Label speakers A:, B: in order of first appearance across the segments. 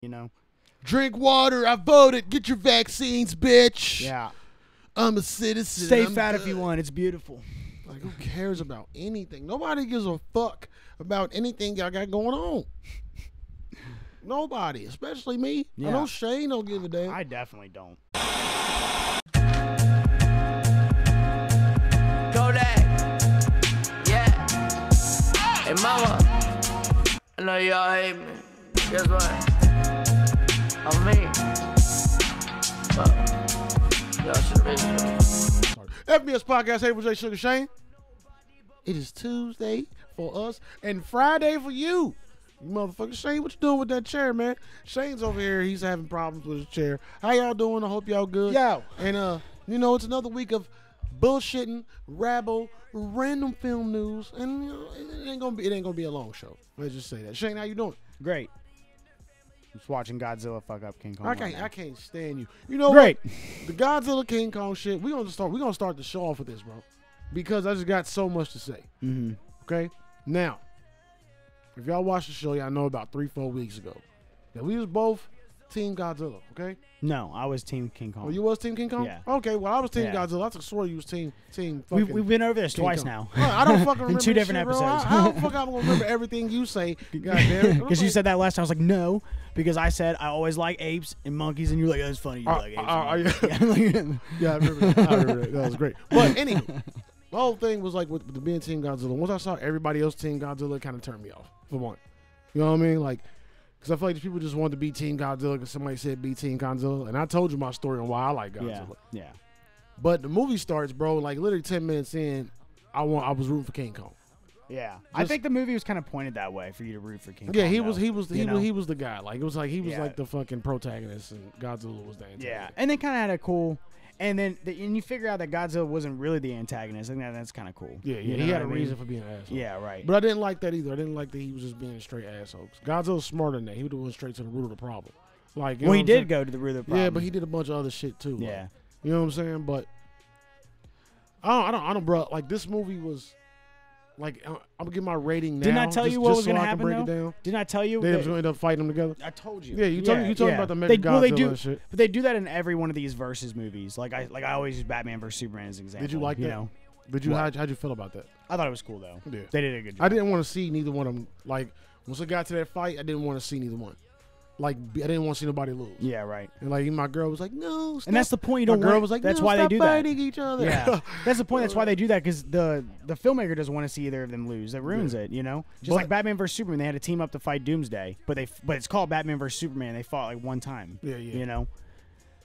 A: you know?
B: Drink water. I voted. Get your vaccines, bitch.
A: Yeah.
B: I'm a citizen.
A: Stay
B: I'm
A: fat if you
B: good.
A: want. It's beautiful.
B: Like, who cares about anything? Nobody gives a fuck about anything y'all got going on. Nobody, especially me.
A: Yeah.
B: I know Shane don't give a damn.
A: I definitely don't.
C: Kodak. Yeah. Hey, mama. I know y'all hate me. Guess what? I'm me. But y'all should have been.
B: FBS Podcast, Hey, with J Sugar Shane. It is Tuesday for us and Friday for you. You motherfucker, Shane, what you doing with that chair, man? Shane's over here. He's having problems with his chair. How y'all doing? I hope y'all good.
A: Yo.
B: And, uh, you know, it's another week of bullshitting, rabble, random film news, and you know, it ain't gonna be it ain't gonna be a long show. Let's just say that. Shane, how you doing?
A: Great. Just watching Godzilla fuck up King Kong.
B: I
A: right
B: can't
A: now.
B: I can't stand you. You know
A: Oh, Great.
B: what? The Godzilla King Kong shit, we gonna start we gonna start the show off with this, bro. Because I just got so much to say.
A: Mm-hmm.
B: Okay? Now, if y'all watched the show, y'all know about three, four weeks ago that we was both Team Godzilla, okay?
A: No, I was Team King Kong.
B: Oh, you was Team King Kong?
A: Yeah.
B: Okay, well, I was Team
A: Yeah.
B: Godzilla. I took swore you was Team Team fucking
A: we've, we've been over this
B: King
A: twice
B: Kong.
A: now.
B: Well, I don't fucking remember
A: In two
B: this
A: different
B: shit, bro. I-
A: episodes.
B: How the fuck I'm gonna remember everything you say, goddamn?
A: Because you said that last time, I was like, no, because I said I always like apes and monkeys, and you're like, that's funny. You
B: Are-
A: like apes.
B: Uh, are-
A: and
B: are
A: monkeys." Yeah, like-
B: Yeah, I remember that. I remember that. That was great. But anyway, the whole thing was like with the being Team Godzilla. Once I saw everybody else Team Godzilla, it kind of turned me off for one. You know what I mean? Like, because I feel like these people just wanted to be Team Godzilla because somebody said be Team Godzilla, and I told you my story on why I like Godzilla.
A: yeah, yeah.
B: But the movie starts, bro. Like literally ten minutes in, I want I was rooting for King Kong.
A: Yeah, I
B: Just-
A: think the movie was kind of pointed that way for you to root for King
B: Yeah,
A: Kong.
B: he
A: though,
B: was he was
A: you
B: he,
A: know?
B: was, he was the guy. Like it was like he was
A: Yeah.
B: like the fucking protagonist, and Godzilla was the antagonist.
A: Yeah, and they kind of had a cool, and then the, and you figure out that Godzilla wasn't really the antagonist. I think that, that's kind of cool.
B: yeah, yeah.
A: You know
B: he
A: what
B: had a
A: I mean?
B: reason for being an asshole.
A: Yeah, right.
B: But I didn't like that either. I didn't like that he was just being a straight asshole. 'Cause Godzilla's smarter than that. He would have went straight to the root of the problem. Like, you
A: well,
B: know
A: he
B: what I'm
A: did go to the root of the
B: saying?
A: problem.
B: Yeah, but he did a bunch of other shit too. like,
A: Yeah.
B: you know what I'm saying? But I don't, I don't, I don't, bro. Like this movie was, like, I'm gonna give my rating now.
A: Didn't I tell
B: just-
A: you what
B: just
A: was
B: so
A: gonna
B: I can
A: happen?
B: break
A: though?
B: it down.
A: Didn't I tell you?
B: They
A: that-
B: was gonna end up fighting them together.
A: I told you.
B: Yeah, you told me- you told me about the Mega
A: they, well, they
B: Godzilla
A: do,
B: and shit.
A: But they do that in every one of these versus movies. Like I like I always use Batman versus Superman as an example.
B: Did you like
A: you
B: that?
A: Know?
B: Did you
A: What?
B: how how'd you feel about that?
A: I thought it was cool though.
B: Yeah.
A: They did a good job.
B: I didn't want to see neither one of them. Like once I got to that fight, I didn't want to see neither one. Like I didn't want to see nobody lose.
A: yeah, right.
B: And like my girl was like, no. Stop.
A: And that's the point you don't
B: my girl
A: want-
B: was like,
A: that's
B: no,
A: why they
B: stop
A: do that.
B: fighting each other.
A: Yeah, that's the point. That's why they do that because the the filmmaker doesn't want to see either of them lose. That ruins it, you know. Just
B: But-
A: like Batman versus Superman, they had to team up to fight Doomsday, but they but it's called Batman versus Superman. They fought like one time.
B: Yeah, yeah.
A: You know,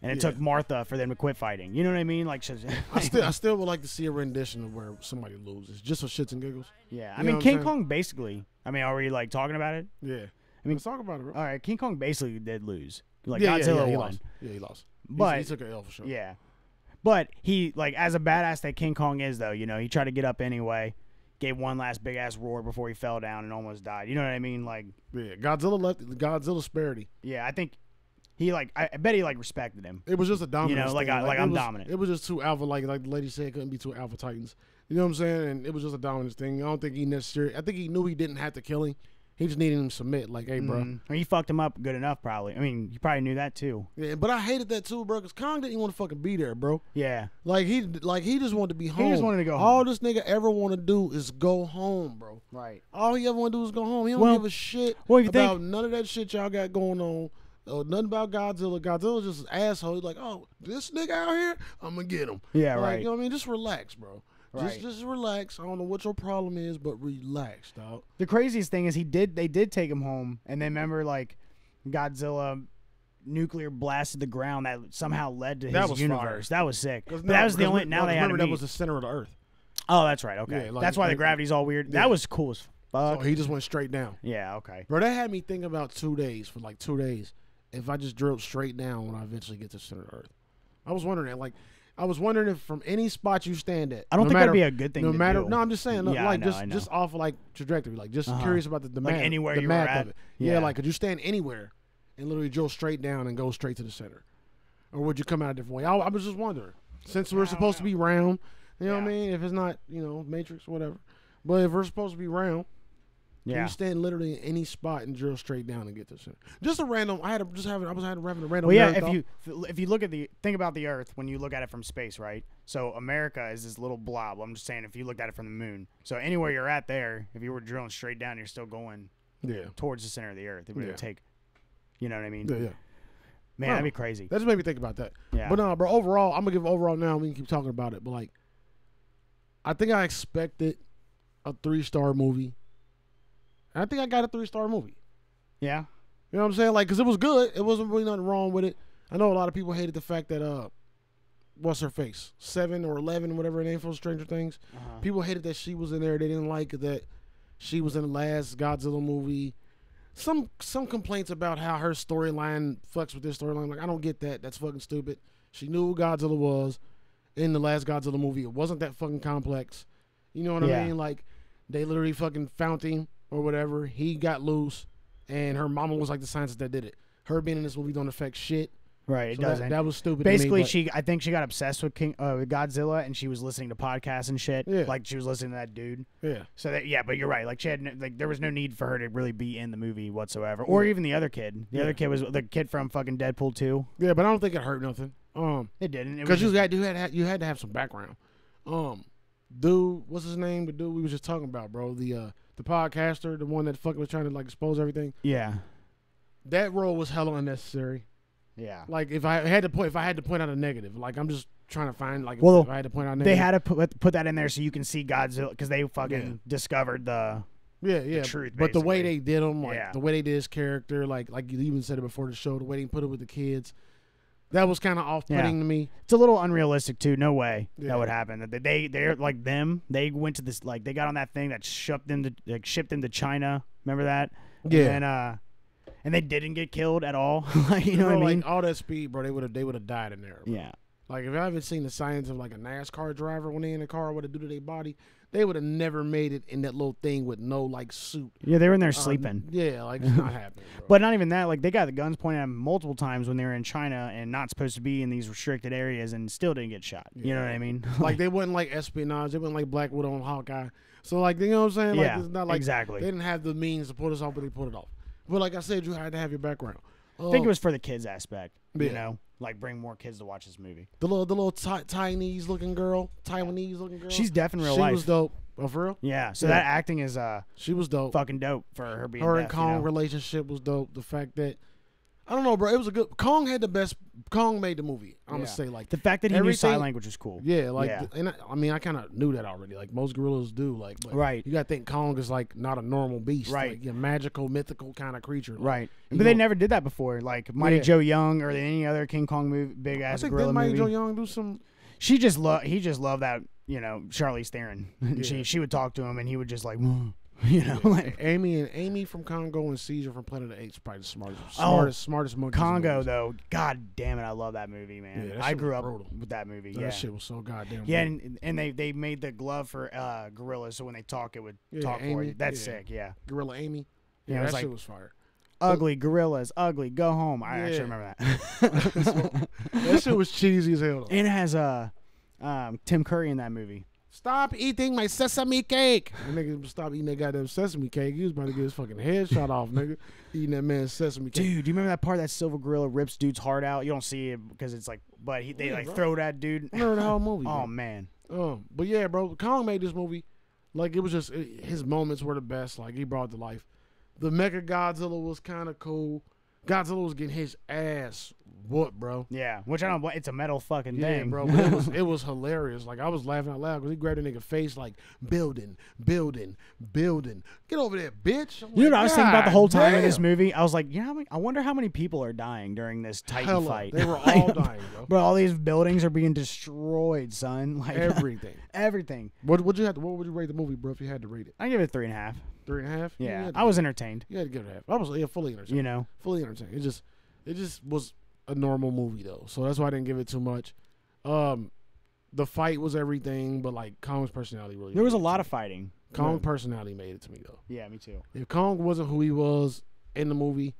A: and it
B: Yeah.
A: took Martha for them to quit fighting. You know what I mean? Like, she's-
B: I still, I still would like to see a rendition of where somebody loses, just for shits and giggles.
A: yeah. I
B: You know what
A: mean,
B: I'm
A: King
B: saying?
A: Kong basically. I mean, are we like talking about it?
B: Yeah.
A: I mean-
B: let's talk about it, bro.
A: All right, King Kong basically did lose. Like
B: yeah, yeah,
A: Godzilla
B: yeah, he
A: won.
B: lost. Yeah, he lost. He-
A: But-
B: he took an L for sure.
A: Yeah. But he like as a badass that King Kong is though, you know, he tried to get up anyway, gave one last big ass roar before he fell down and almost died. You know what I mean? Like
B: yeah. Godzilla left. Godzilla spared him.
A: yeah, I think he like I, I bet he like respected him.
B: It was just a dominant.
A: like I- like
B: it
A: I'm
B: was-
A: dominant.
B: It was just two alpha, like like the lady said, it couldn't be two alpha titans. You know what I'm saying? And it was just a dominance thing. I don't think he necessarily. I think he knew he didn't have to kill him. He just needed him to submit. Like, hey, bro.
A: Mm. I mean, he fucked him up good enough probably. I mean, he probably knew that too.
B: Yeah, but I hated that too, bro. Cause Kong didn't want to fucking be there, bro.
A: Yeah.
B: Like he like he just wanted to be home.
A: just wanted to go
B: All
A: home.
B: this nigga ever want to do is go home, bro.
A: Right.
B: All he ever want to do is go home. He don't
A: Well-
B: give a shit
A: well, if you think-
B: about none of that shit y'all got going on. Oh, nothing about Godzilla. Godzilla's just an asshole. He's like, oh, this nigga out here, I'm gonna get him.
A: Yeah,
B: Like,
A: right.
B: You know what I mean? Just relax, bro.
A: Right.
B: Just just relax. I don't know what your problem is, but relax, dog.
A: The craziest thing is he did they did take him home and then remember like Godzilla nuclear blasted the ground that somehow led to his
B: That was fire.
A: universe. That was sick. But
B: no,
A: that was the
B: because
A: only
B: we-
A: now
B: no,
A: they
B: because
A: had
B: remember
A: to
B: that
A: meet.
B: was the center of the earth.
A: Oh, that's right. Okay,
B: Yeah, like-
A: that's why the
B: like-
A: gravity's all weird. That was cool as fuck.
B: Oh, he just went straight down.
A: yeah. Okay.
B: Bro, that had me thinking about two days for like two days. If I just drilled straight down when I eventually get to center of Earth, I was wondering that. Like, I was wondering if from any spot you stand at,
A: I don't
B: no
A: think that'd
B: matter-
A: be a good thing
B: No
A: to
B: matter,
A: do.
B: no, I'm just saying, look,
A: Yeah, I
B: like
A: know, I
B: just
A: know.
B: just off of, like trajectory, like just
A: Uh-huh.
B: curious about the, the
A: Like
B: math,
A: anywhere
B: the
A: you were
B: math
A: at.
B: of it. Yeah.
A: Yeah.
B: like could you stand anywhere and literally drill straight down and go straight to the center, or would you come out a different way? I, I was just wondering, since we're supposed to be round, you know what I
A: Yeah.
B: mean? If it's not, you know, matrix, whatever, but if we're supposed to be round, Can
A: Yeah.
B: You stand literally in any spot and drill straight down and get this. center. Just a random. I had a, just having. I was having having a random.
A: Well, yeah.
B: nerd
A: If
B: thought.
A: you if you look at the think about the Earth when you look at it from space, right? So America is this little blob. I'm just saying, if you looked at it from the moon, so anywhere you're at there, if you were drilling straight down, you're still going
B: yeah.
A: towards the center of the Earth. It would
B: Yeah.
A: take, you know what I mean?
B: Yeah, yeah.
A: Man, that'd be crazy.
B: That just made me think about that.
A: Yeah.
B: But no, bro. Overall, I'm gonna give overall now. We can keep talking about it, but like, I think I expected a three star movie. And I think I got a three star movie.
A: yeah.
B: You know what I'm saying? Like, cause it was good. It wasn't really nothing wrong with it. I know a lot of people hated the fact that uh, what's her face, seven or eleven, whatever her name from Stranger Things.
A: Uh-huh.
B: People hated that she was in there. They didn't like that she was in the last Godzilla movie. Some some complaints about how her storyline fucks with this storyline. Like, I don't get that. That's fucking stupid. She knew who Godzilla was in the last Godzilla movie. It wasn't that fucking complex. You know what I
A: Yeah.
B: mean? Like, they literally fucking found him or whatever. He got loose, and her mama was like the scientist that did it. Her being in this movie don't affect shit.
A: Right. It
B: So that-
A: doesn't.
B: That, was stupid. to me,
A: Basically,
B: but-
A: she I think she got obsessed with King uh, with Godzilla, and she was listening to podcasts and shit.
B: Yeah.
A: Like she was listening to that dude.
B: yeah.
A: So that yeah, but you're right. Like she had no, like there was no need for her to really be in the movie whatsoever, or even the other kid. The
B: Yeah.
A: other kid was the kid from fucking Deadpool two.
B: Yeah, but I don't think it hurt nothing. Um,
A: It didn't. It was
B: Because you
A: just,
B: had you had you had to have some background. Um, dude, what's his name? The dude we was just talking about, bro. The uh, the podcaster, the one that fucking was trying to like expose everything.
A: yeah,
B: That role was hella unnecessary.
A: yeah.
B: Like if I had to point, if I had to point out a negative, like I'm just trying to find like
A: Well,
B: if I had to point out a
A: They
B: negative.
A: had to put put that in there so you can see Godzilla because they fucking
B: Yeah.
A: discovered the
B: yeah yeah
A: truth,
B: But the way
A: basically.
B: they did him, like
A: Yeah.
B: the way they did his character, like like you even said it before the show, the way they put it with the kids, that was kind of off putting to me.
A: it's a little unrealistic too. No way
B: Yeah.
A: that would happen. That they they're like them. They went to this like they got on that thing that shipped them to like shipped them to China. Remember that?
B: Yeah.
A: And then, uh, and they didn't get killed at all. like you know
B: Bro,
A: what I
B: like,
A: mean?
B: all that speed, bro. They would have they would have died in there. bro.
A: yeah.
B: Like if I haven't seen the science of like a NASCAR driver when they in a car, what it do to their body, they would have never made it in that little thing with no like suit.
A: Yeah, they were in
B: uh,
A: there sleeping.
B: Yeah, like it's not happening. Bro.
A: But not even that. Like they got the guns pointed at 'em multiple times when they were in China and not supposed to be in these restricted areas, and still didn't get shot. You know what I mean?
B: like they wasn't like espionage, they wasn't like Black Widow and Hawkeye. So like you know what I'm saying? Like
A: Yeah,
B: it's not like
A: exactly.
B: they didn't have the means to pull this off, but they pulled it off. But like I said, you had to have your background.
A: I think
B: Um,
A: it was for the kids aspect.
B: Yeah.
A: You know, like bring more kids to watch this movie.
B: the little the little Ti- Chinese looking girl, Taiwanese looking girl.
A: She's deaf in real
B: she
A: life.
B: was dope. Oh, for real?
A: yeah. So
B: Yeah.
A: that acting is uh
B: She was dope.
A: fucking dope for her being
B: her
A: deaf,
B: and Kong
A: You know?
B: relationship was dope. The fact that I don't know, bro, it was a good. Kong had the best. Kong made the movie. I'm
A: Yeah.
B: gonna say like
A: The fact that he knew sign
B: everything-
A: language was cool.
B: Yeah, like,
A: Yeah.
B: and I, I mean, I kind of knew that already. Like most gorillas do. Like, but
A: Right.
B: You gotta think Kong is like not a normal beast.
A: Right.
B: like, a magical, mythical kind of creature. Like,
A: Right.
B: you
A: But they
B: know-
A: never did that before. Like Mighty
B: Yeah.
A: Joe Young or any other King Kong movie, big
B: I
A: ass
B: think
A: gorilla
B: did Mighty
A: movie.
B: Joe Young do some?
A: She just loved. He just loved that. You know, Charlize Theron.
B: Yeah.
A: she she would talk to him, and he would just like, you know, like
B: Amy and Amy from Congo and Caesar from Planet of the Apes probably the smartest,
A: Oh,
B: smartest, smartest monkeys. in the
A: Congo
B: world.
A: though, god damn it, I love that movie, man.
B: Yeah, that
A: I
B: shit was
A: grew up
B: brutal.
A: with that movie.
B: That
A: yeah,
B: shit was so goddamn.
A: yeah,
B: dope.
A: and, and they they made the glove for uh, gorillas, so when they talk, it would
B: Yeah,
A: talk for
B: Amy,
A: you. That's
B: yeah.
A: sick. Yeah,
B: gorilla Amy.
A: Yeah,
B: Yeah,
A: it
B: that
A: was like-
B: shit was fire.
A: ugly gorillas, ugly. Go home. I
B: Yeah.
A: actually remember that.
B: That shit was cheesy as hell. though.
A: it has uh, um, Tim Curry in that movie.
B: Stop eating my sesame cake. That nigga stop eating that goddamn sesame cake. He was about to get his fucking head shot off, nigga. Eating that man's sesame cake.
A: Dude, do you remember that part that silver gorilla rips dude's heart out? You don't see it because it's like, but he, they
B: Yeah,
A: like
B: bro.
A: throw that dude.
B: I remember the whole movie.
A: Oh
B: bro.
A: man,
B: Um, but yeah, bro, Kong made this movie. Like it was just it- his moments were the best. Like he brought it to life. The Mecha Godzilla was kind of cool. Godzilla was getting his ass whooped, bro.
A: yeah. Which I don't. bl- It's a metal fucking
B: Yeah,
A: thing,
B: bro. But it was it was hilarious. Like I was laughing out loud because he grabbed a nigga face like building, building, building. Get over there, bitch. I'm
A: You know
B: like,
A: what I was thinking about the
B: "God
A: whole time in this
B: damn."
A: movie? I was like, you know, how many, I wonder how many people are dying during this Titan
B: Hella.
A: fight.
B: They were all
A: Like,
B: dying, bro.
A: Bro, all these buildings are being destroyed, son. Like
B: Everything.
A: everything.
B: What would you have? To, what would you rate the movie, bro? If you had to rate it,
A: I give it three and a half.
B: three and a half. you
A: Yeah,
B: had to
A: I
B: give
A: was
B: it-
A: entertained.
B: You had to give it a half. I was yeah, fully entertained.
A: You know,
B: fully entertained. It just, it just was a normal movie though, so that's why I didn't give it too much. Um, the fight was everything, but like Kong's personality really.
A: there was a
B: made it to
A: lot of
B: me.
A: fighting.
B: Kong personality made it to me though.
A: Yeah, me too.
B: If Kong wasn't who he was in the movie,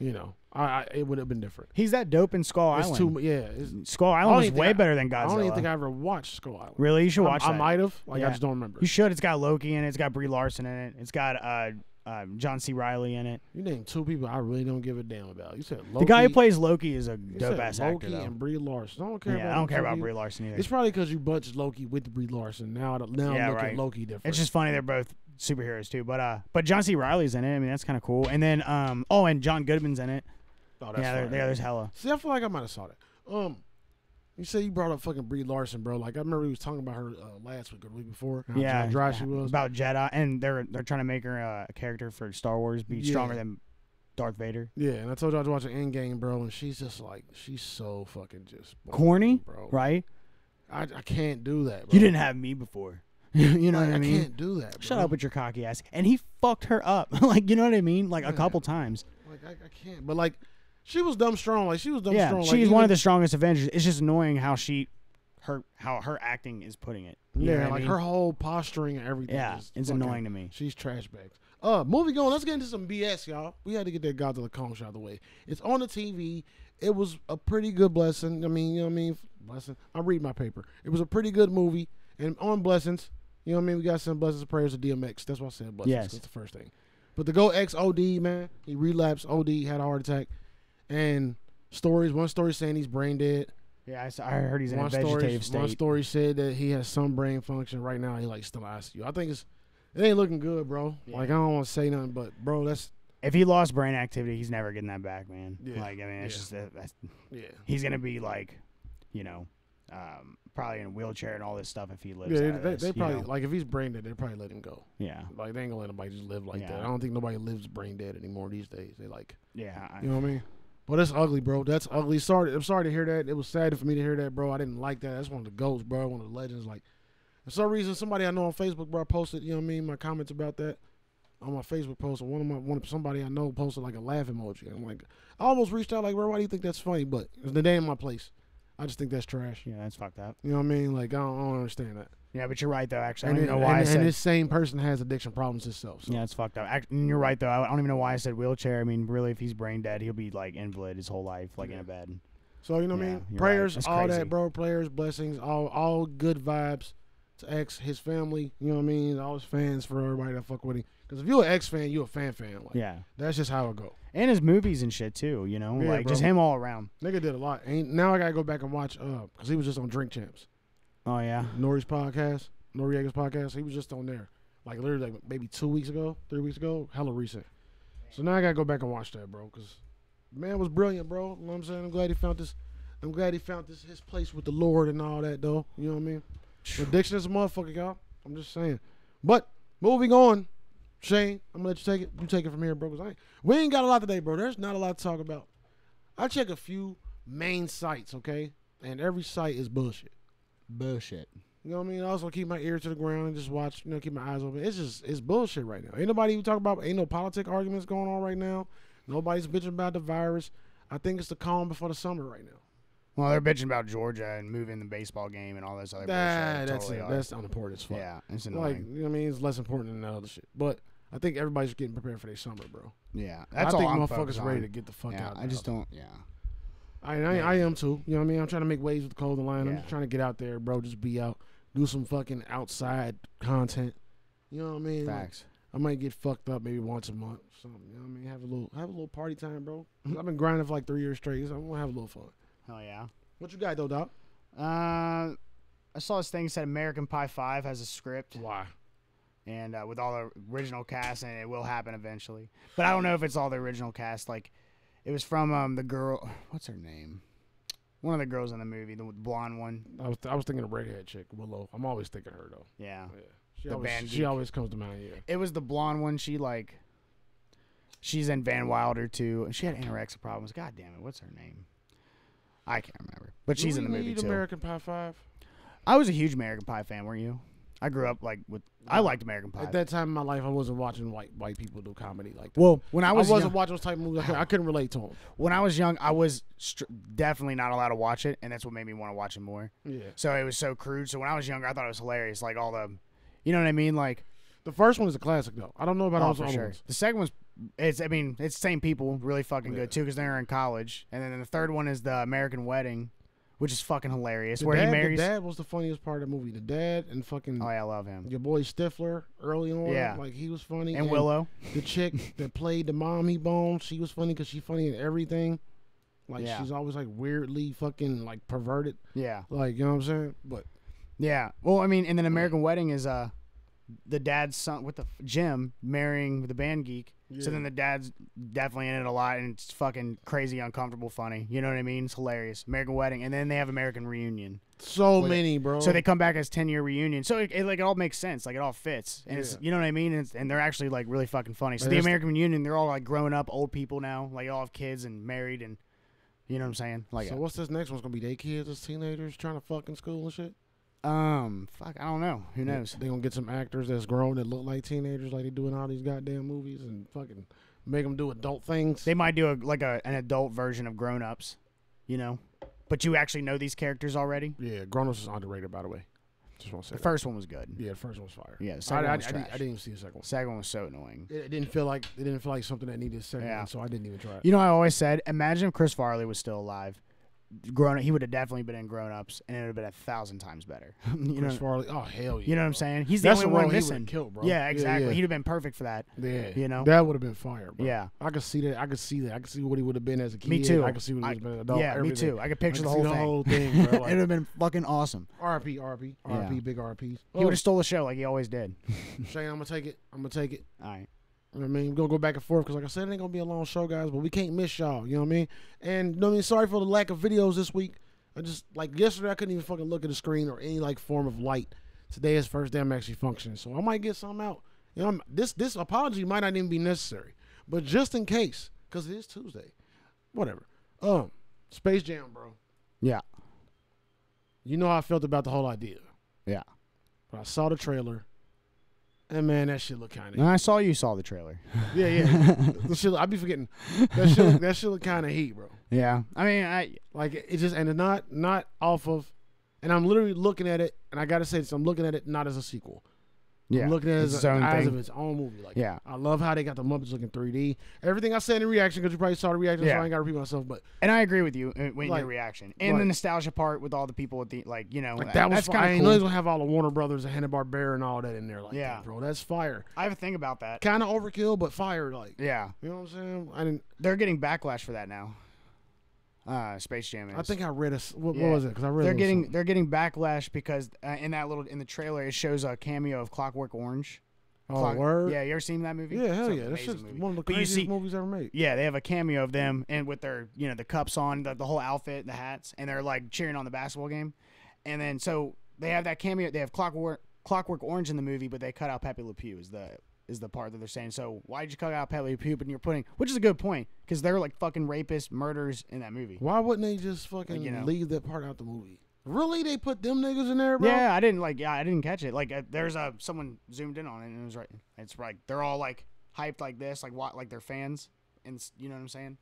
B: you know, I, I it would have been different.
A: He's that dope in Skull
B: It's
A: Island.
B: too yeah. It's,
A: Skull
B: I don't
A: Island is
B: even
A: way
B: think I-
A: better than
B: I
A: Godzilla.
B: don't even think I ever watched Skull Island.
A: really, you should
B: I-
A: watch
B: I,
A: that.
B: might have. Like
A: Yeah.
B: I just don't remember.
A: You
B: You,
A: should. It's got Loki in it. It's got Brie Larson in it. It's got uh, uh, John C. Riley in it.
B: named two people I really don't give a damn about. You said Loki,
A: The guy who plays Loki is a
B: you
A: dope
B: said
A: ass
B: Loki
A: actor. Though.
B: and Brie Larson. I don't care.
A: Yeah,
B: about
A: I don't care
B: them two
A: about
B: people.
A: Brie Larson either.
B: It's
A: It's,
B: probably because you bunched Loki with Brie Larson. Now, I don't- now
A: Yeah,
B: I'm looking
A: right.
B: at Loki different.
A: just funny they're both superheroes too. But uh, but John C. Riley's in it. I mean, that's kind of cool. And then um, oh, and John Goodman's in it.
B: oh,
A: yeah, there,
B: fire.
A: there- there's hella.
B: See, I feel like I might have saw that. Um, you say you brought up fucking Brie Larson, bro. Like I remember we was talking about her uh, last week or the week before. How
A: yeah,
B: dry
A: yeah,
B: she was.
A: about Jedi, and they're they're trying to make her uh, a character for Star Wars be
B: Yeah.
A: stronger than Darth Vader.
B: yeah, and I told you I was watching Endgame, bro, and she's just like she's so fucking just boring,
A: Corny,
B: Oh, bro.
A: right?
B: I, I can't do that. Bro.
A: You didn't have me before. you know
B: Like,
A: what
B: I
A: I mean?
B: can't do that. Bro.
A: Shut up with your cocky ass. And he fucked her up. like you know what I mean? Like a couple times.
B: Like I, I can't. But like, she was dumb strong. Like she was dumb
A: yeah,
B: strong.
A: she's
B: like,
A: one of
B: even-
A: the strongest Avengers. It's just annoying how she, her how her acting is putting it. You know
B: Yeah,
A: what I
B: like
A: mean?
B: her whole posturing and everything.
A: Yeah,
B: is
A: it's
B: fucking-
A: annoying to me.
B: She's trash bags. Uh, moving on. Let's get into some BS, y'all. We had to get that Godzilla Kong shot out of the way. It's on the TV. It was a pretty good blessing. I mean, you know what I mean? Blessing. I'm reading my paper. It was a pretty good movie. And on blessings, you know what I mean? We got some blessings and prayers to DMX. That's why I said blessings.
A: Yes.
B: That's the first thing. But the go X OD, man, he relapsed OD, had a heart attack. And stories, one story saying he's brain dead
A: Yeah, I, s- I heard he's in a
B: one story,
A: vegetative
B: one
A: state.
B: story said that he has some brain function right now. He like still in ICU. I think it's it ain't looking good, bro. Like I don't want to say nothing, but bro, that's
A: If he lost brain activity, he's never getting that back, man.
B: Yeah,
A: Like I mean, it's
B: yeah.
A: just that, that's,
B: yeah,
A: he's gonna be like, you know, um, probably in a wheelchair and all this stuff if he lives.
B: yeah. They,
A: out of
B: they-
A: this,
B: they
A: you
B: probably
A: know?
B: like if he's brain dead, they probably let him go.
A: yeah,
B: Like they ain't gonna let nobody just live like that.
A: Yeah.
B: I don't think nobody lives brain dead anymore these days. They like
A: yeah. I-
B: you know what I mean. But that's ugly, bro. That's ugly. Sorry, I'm sorry to hear that. It was sad for me to hear that, bro. I didn't like that. That's one of the goats, bro. One of the legends. Like, for some reason, somebody I know on Facebook, bro, posted. You know what I mean? My comments about that on my Facebook post. and One of my one of somebody I know posted like a laugh emoji. I'm like, I almost reached out like, bro, why do you think that's funny? But it's the day in my place. I just think that's trash.
A: yeah, that's fucked up.
B: You know what I mean? Like, I don't, I don't understand that.
A: Yeah, but you're right though. Actually, I
B: And,
A: don't
B: it-
A: even know why I
B: and- and
A: said
B: this same person has addiction problems himself. So.
A: Yeah, it's fucked up. Act- and you're right though. I I don't even know why I said wheelchair. I mean, really, if he's brain dead, he'll be like invalid his whole life, like in a bed.
B: So you know what I
A: Yeah,
B: mean?
A: you're right.
B: Prayers,
A: That's
B: all
A: crazy.
B: that, bro. Prayers, blessings, all all good vibes to X, his family. You know what I mean? All his fans for everybody that fuck with him. Because if you're an X fan, you're a fan fan. Like,
A: Yeah,
B: That's just how it go.
A: and his movies and shit too. You know,
B: Yeah,
A: like just
B: bro.
A: him all around.
B: Nigga did a lot. And now I gotta go back and watch uh because he was just on Drink Champs,
A: Oh yeah,
B: Nori's podcast, Noriega's podcast. He was just on there, like literally like maybe two weeks ago, three weeks ago, hella recent. So now I gotta go back and watch that, bro. Because man was brilliant, bro. You know what I'm saying? I'm glad he found this. I'm glad he found this his place with the Lord and all that, though. You know what I mean? Addiction is a motherfucker, y'all. I'm just saying. But moving on, Shane, I'm gonna let you take it. You take it from here, bro. 'cause I ain't, we ain't got a lot today, bro. There's not a lot to talk about. I check a few main sites, okay, and every site is bullshit.
A: bullshit.
B: You know what I mean? I also keep my ear to the ground and just watch. You know, keep my eyes open. It's just it's bullshit right now. Ain't nobody even talking about ain't no politic arguments going on right now. Nobody's bitching about the virus. I think it's the calm before the summer right now.
A: Well, they're bitching about Georgia and moving the baseball game and all this other.
B: Nah,
A: bullshit.
B: that's
A: Totally
B: it.
A: are.
B: That's unimportant as fuck.
A: yeah, it's
B: Like,
A: annoying.
B: you know what I mean? It's less important than that other shit. But I think everybody's getting prepared for their summer, bro.
A: yeah, that's
B: I
A: all
B: think
A: I'm
B: motherfuckers
A: focused
B: ready
A: on.
B: to get the fuck
A: yeah,
B: out.
A: I just don't. Yeah,
B: I, I, I am too. You know what I mean? I'm trying to make waves with the cold line. I'm
A: Yeah.
B: just trying to get out there, bro. Just be out, do some fucking outside content. You know what I mean? Like,
A: facts.
B: I might get fucked up maybe once a month, or something. You know what I mean? Have a little, have a little party time, bro. I've been grinding for like three years straight. So I'm gonna have a little fun.
A: Hell yeah.
B: What you got though, Doc?
A: Uh, I saw this thing said American Pie Five has a script.
B: Why?
A: and uh, with all the original cast, and it will happen eventually. But I don't know if it's all the original cast. Like, it was from um, the girl. What's her name? One of the girls in the movie, the blonde one.
B: I was, I was thinking of redhead chick Willow. I'm always thinking of her though.
A: Yeah,
B: Yeah. She
A: The
B: always,
A: band
B: she
A: geek.
B: always comes to mind. Yeah.
A: it was the blonde one. She like, she's in Van Wilder too, and she had anorexia problems. God damn it, what's her name? I can't remember, but
B: Do
A: she's
B: we
A: in the movie
B: need
A: too.
B: American Pie Five.
A: I was a huge American Pie fan. Were you? I grew up like with. I liked American Pie.
B: At that time in my life, I wasn't watching white white people do comedy like that.
A: well, when
B: I,
A: I was
B: was not
A: young-
B: watching those type of movies. I, couldn't- I couldn't relate to them.
A: when I was young, I was str- definitely not allowed to watch it, and that's what made me want to watch it more.
B: Yeah,
A: So it was so crude. So when I was younger, I thought it was hilarious. Like all the, you know what I mean? Like,
B: the first one is a classic though. I don't know about
A: oh,
B: all the
A: for
B: other
A: sure.
B: ones.
A: The second one's It's I mean it's same people really fucking good too because they're in college. And then the third one is the American Wedding, which is fucking hilarious.
B: The
A: where
B: dad,
A: he
B: the
A: marries.
B: dad was the funniest part of the movie. The dad and fucking
A: Oh yeah, I love him.
B: your boy Stifler early on.
A: Yeah.
B: like he was funny.
A: And Willow.
B: the chick that played the mom he boned, she was funny because she funny in everything. Like
A: Yeah.
B: she's always like weirdly fucking like perverted.
A: Yeah.
B: Like you know what I'm saying? But
A: Yeah. Well, I mean, and then American Wedding is uh the dad's son with the f- Jim marrying the band geek. So then the dad's definitely in it a lot, and it's fucking crazy, uncomfortable, funny. You know what I mean? It's hilarious. American Wedding, and then they have American Reunion.
B: so many, bro.
A: So they come back as ten year reunion. So it, it like it all makes sense. Like it all fits, and it's you know what I mean. And, it's, and they're actually like really fucking funny. So
B: But
A: the
B: there's-
A: American Reunion, they're all like grown up, old people now. Like they all have kids and married, and you know what I'm saying. Like uh,
B: so what's this next one's gonna be? They kids, as teenagers, trying to fucking school and shit.
A: um, fuck, I don't know. Who knows?
B: They gonna get some actors that's grown that look like teenagers, like they do in all these goddamn movies, and fucking make them do adult things.
A: They might do a like a an adult version of Grown Ups, you know, but you actually know these characters already.
B: yeah, grown ups is underrated, by the way. Just want to say.
A: The
B: that.
A: first one was good.
B: yeah, the first one was fire.
A: Yeah, the
B: I,
A: second
B: I,
A: one
B: I,
A: was
B: didn't-
A: trash.
B: I didn't even see the second one.
A: Second one was so annoying.
B: It, it didn't feel like it didn't feel like something that needed a second,
A: Yeah.
B: one, so I didn't even try it.
A: You know, I always said, imagine if Chris Farley was still alive. Grown, he would have definitely been in Grown Ups, and it would have been a thousand times better. you know,
B: Chris Farley. Oh hell yeah!
A: you know what I'm
B: bro.
A: saying? He's the
B: That's
A: only
B: the
A: one
B: role he would've
A: missing.
B: killed, bro.
A: Yeah,
B: Yeah,
A: exactly.
B: yeah.
A: He'd have been perfect for that.
B: Yeah,
A: You know?
B: that would have been fire. Bro.
A: Yeah.
B: I could see that. I could see that. I could see what he would have been as a kid.
A: Me too.
B: I could see what he
A: I-
B: would have been as an adult.
A: yeah, me
B: everything.
A: too. I could picture
B: I
A: the
B: see
A: whole thing.
B: thing, bro.
A: it would
B: Like,
A: have been fucking awesome.
B: RP, RP, RP,
A: Yeah.
B: big RPs.
A: He
B: Oh,
A: would have stole the show like he always did.
B: Shane, I'm gonna take it. I'm gonna take it.
A: All right.
B: You know what I mean, we're gonna go back and forth because, like I said, it ain't gonna be a long show, guys. But we can't miss y'all. You know what I mean? And you know what I mean. Sorry for the lack of videos this week. I just like yesterday, I couldn't even fucking look at the screen or any like form of light. Today is first day I'm actually functioning, so I might get something out. You know, I'm- this this apology might not even be necessary, but just in case, because it is Tuesday, whatever. Um, Space Jam, bro.
A: Yeah.
B: You know how I felt about the whole idea,
A: Yeah.
B: but I saw the trailer, and man, that shit looked kind of.
A: And I saw you saw the trailer.
B: Yeah, yeah. the shit, I be forgetting. That shit, that shit look kind of heat, bro.
A: yeah. I mean, I
B: Like it just and it's not not off of, and I'm literally looking at it, and I gotta say this, I'm looking at it not as a sequel.
A: yeah.
B: I'm looking at it as,
A: its
B: a-
A: own
B: eyes
A: thing.
B: of its own movie. Like,
A: Yeah.
B: I love how they got the Muppets looking 3D. Everything I said in reaction, because you probably saw the reaction, so
A: Yeah.
B: I ain't gotta repeat myself. But
A: And I agree with you uh, when
B: Like-
A: your reaction and the
B: like-
A: nostalgia part with all the people at the like you know uh,
B: like that was
A: that's
B: fire. I
A: kind
B: ain't know
A: of
B: he's
A: cool.
B: gonna have all the Warner Brothers and Hanna Barbera and all that in there. Like,
A: Yeah.
B: that, bro, that's fire.
A: I have a thing about that.
B: Kind of overkill, but fire. Like,
A: Yeah,
B: you know what I'm saying? I didn't.
A: they're getting backlash for that now. Uh, Space Jam. Is.
B: I think I read a. s- What,
A: Yeah.
B: what was it? Because I read. a
A: they're
B: little
A: getting
B: something.
A: they're getting backlash because uh, in that little in the trailer it shows a cameo of Clockwork Orange.
B: Oh,
A: Clock-
B: word.
A: Yeah, you ever seen that movie?
B: Yeah, hell
A: It's an
B: yeah. That's
A: amazing
B: just
A: movie.
B: one of the
A: But you
B: craziest
A: see-
B: movies ever made.
A: Yeah, they have a cameo of them and with their, you know, the cups on, the, the whole outfit, the hats, and they're like cheering on the basketball game. And then so they have that cameo. They have Clockwork Clockwork Orange in the movie, but they cut out Pepe Le Pew is the is the part that they're saying. So why did you cut out Pepe Le Pew? But you're putting, which is a good point, because they're like fucking rapists, murderers in that movie.
B: Why wouldn't they just fucking
A: you know.
B: leave that part out the movie? Really? They put them niggas in there, bro?
A: Yeah, I didn't like. Yeah, I didn't catch it. Like, uh, there's a someone zoomed in on it, and it was right. It's like they're all like hyped like this, like what, like they're fans, and s- you know what I'm saying?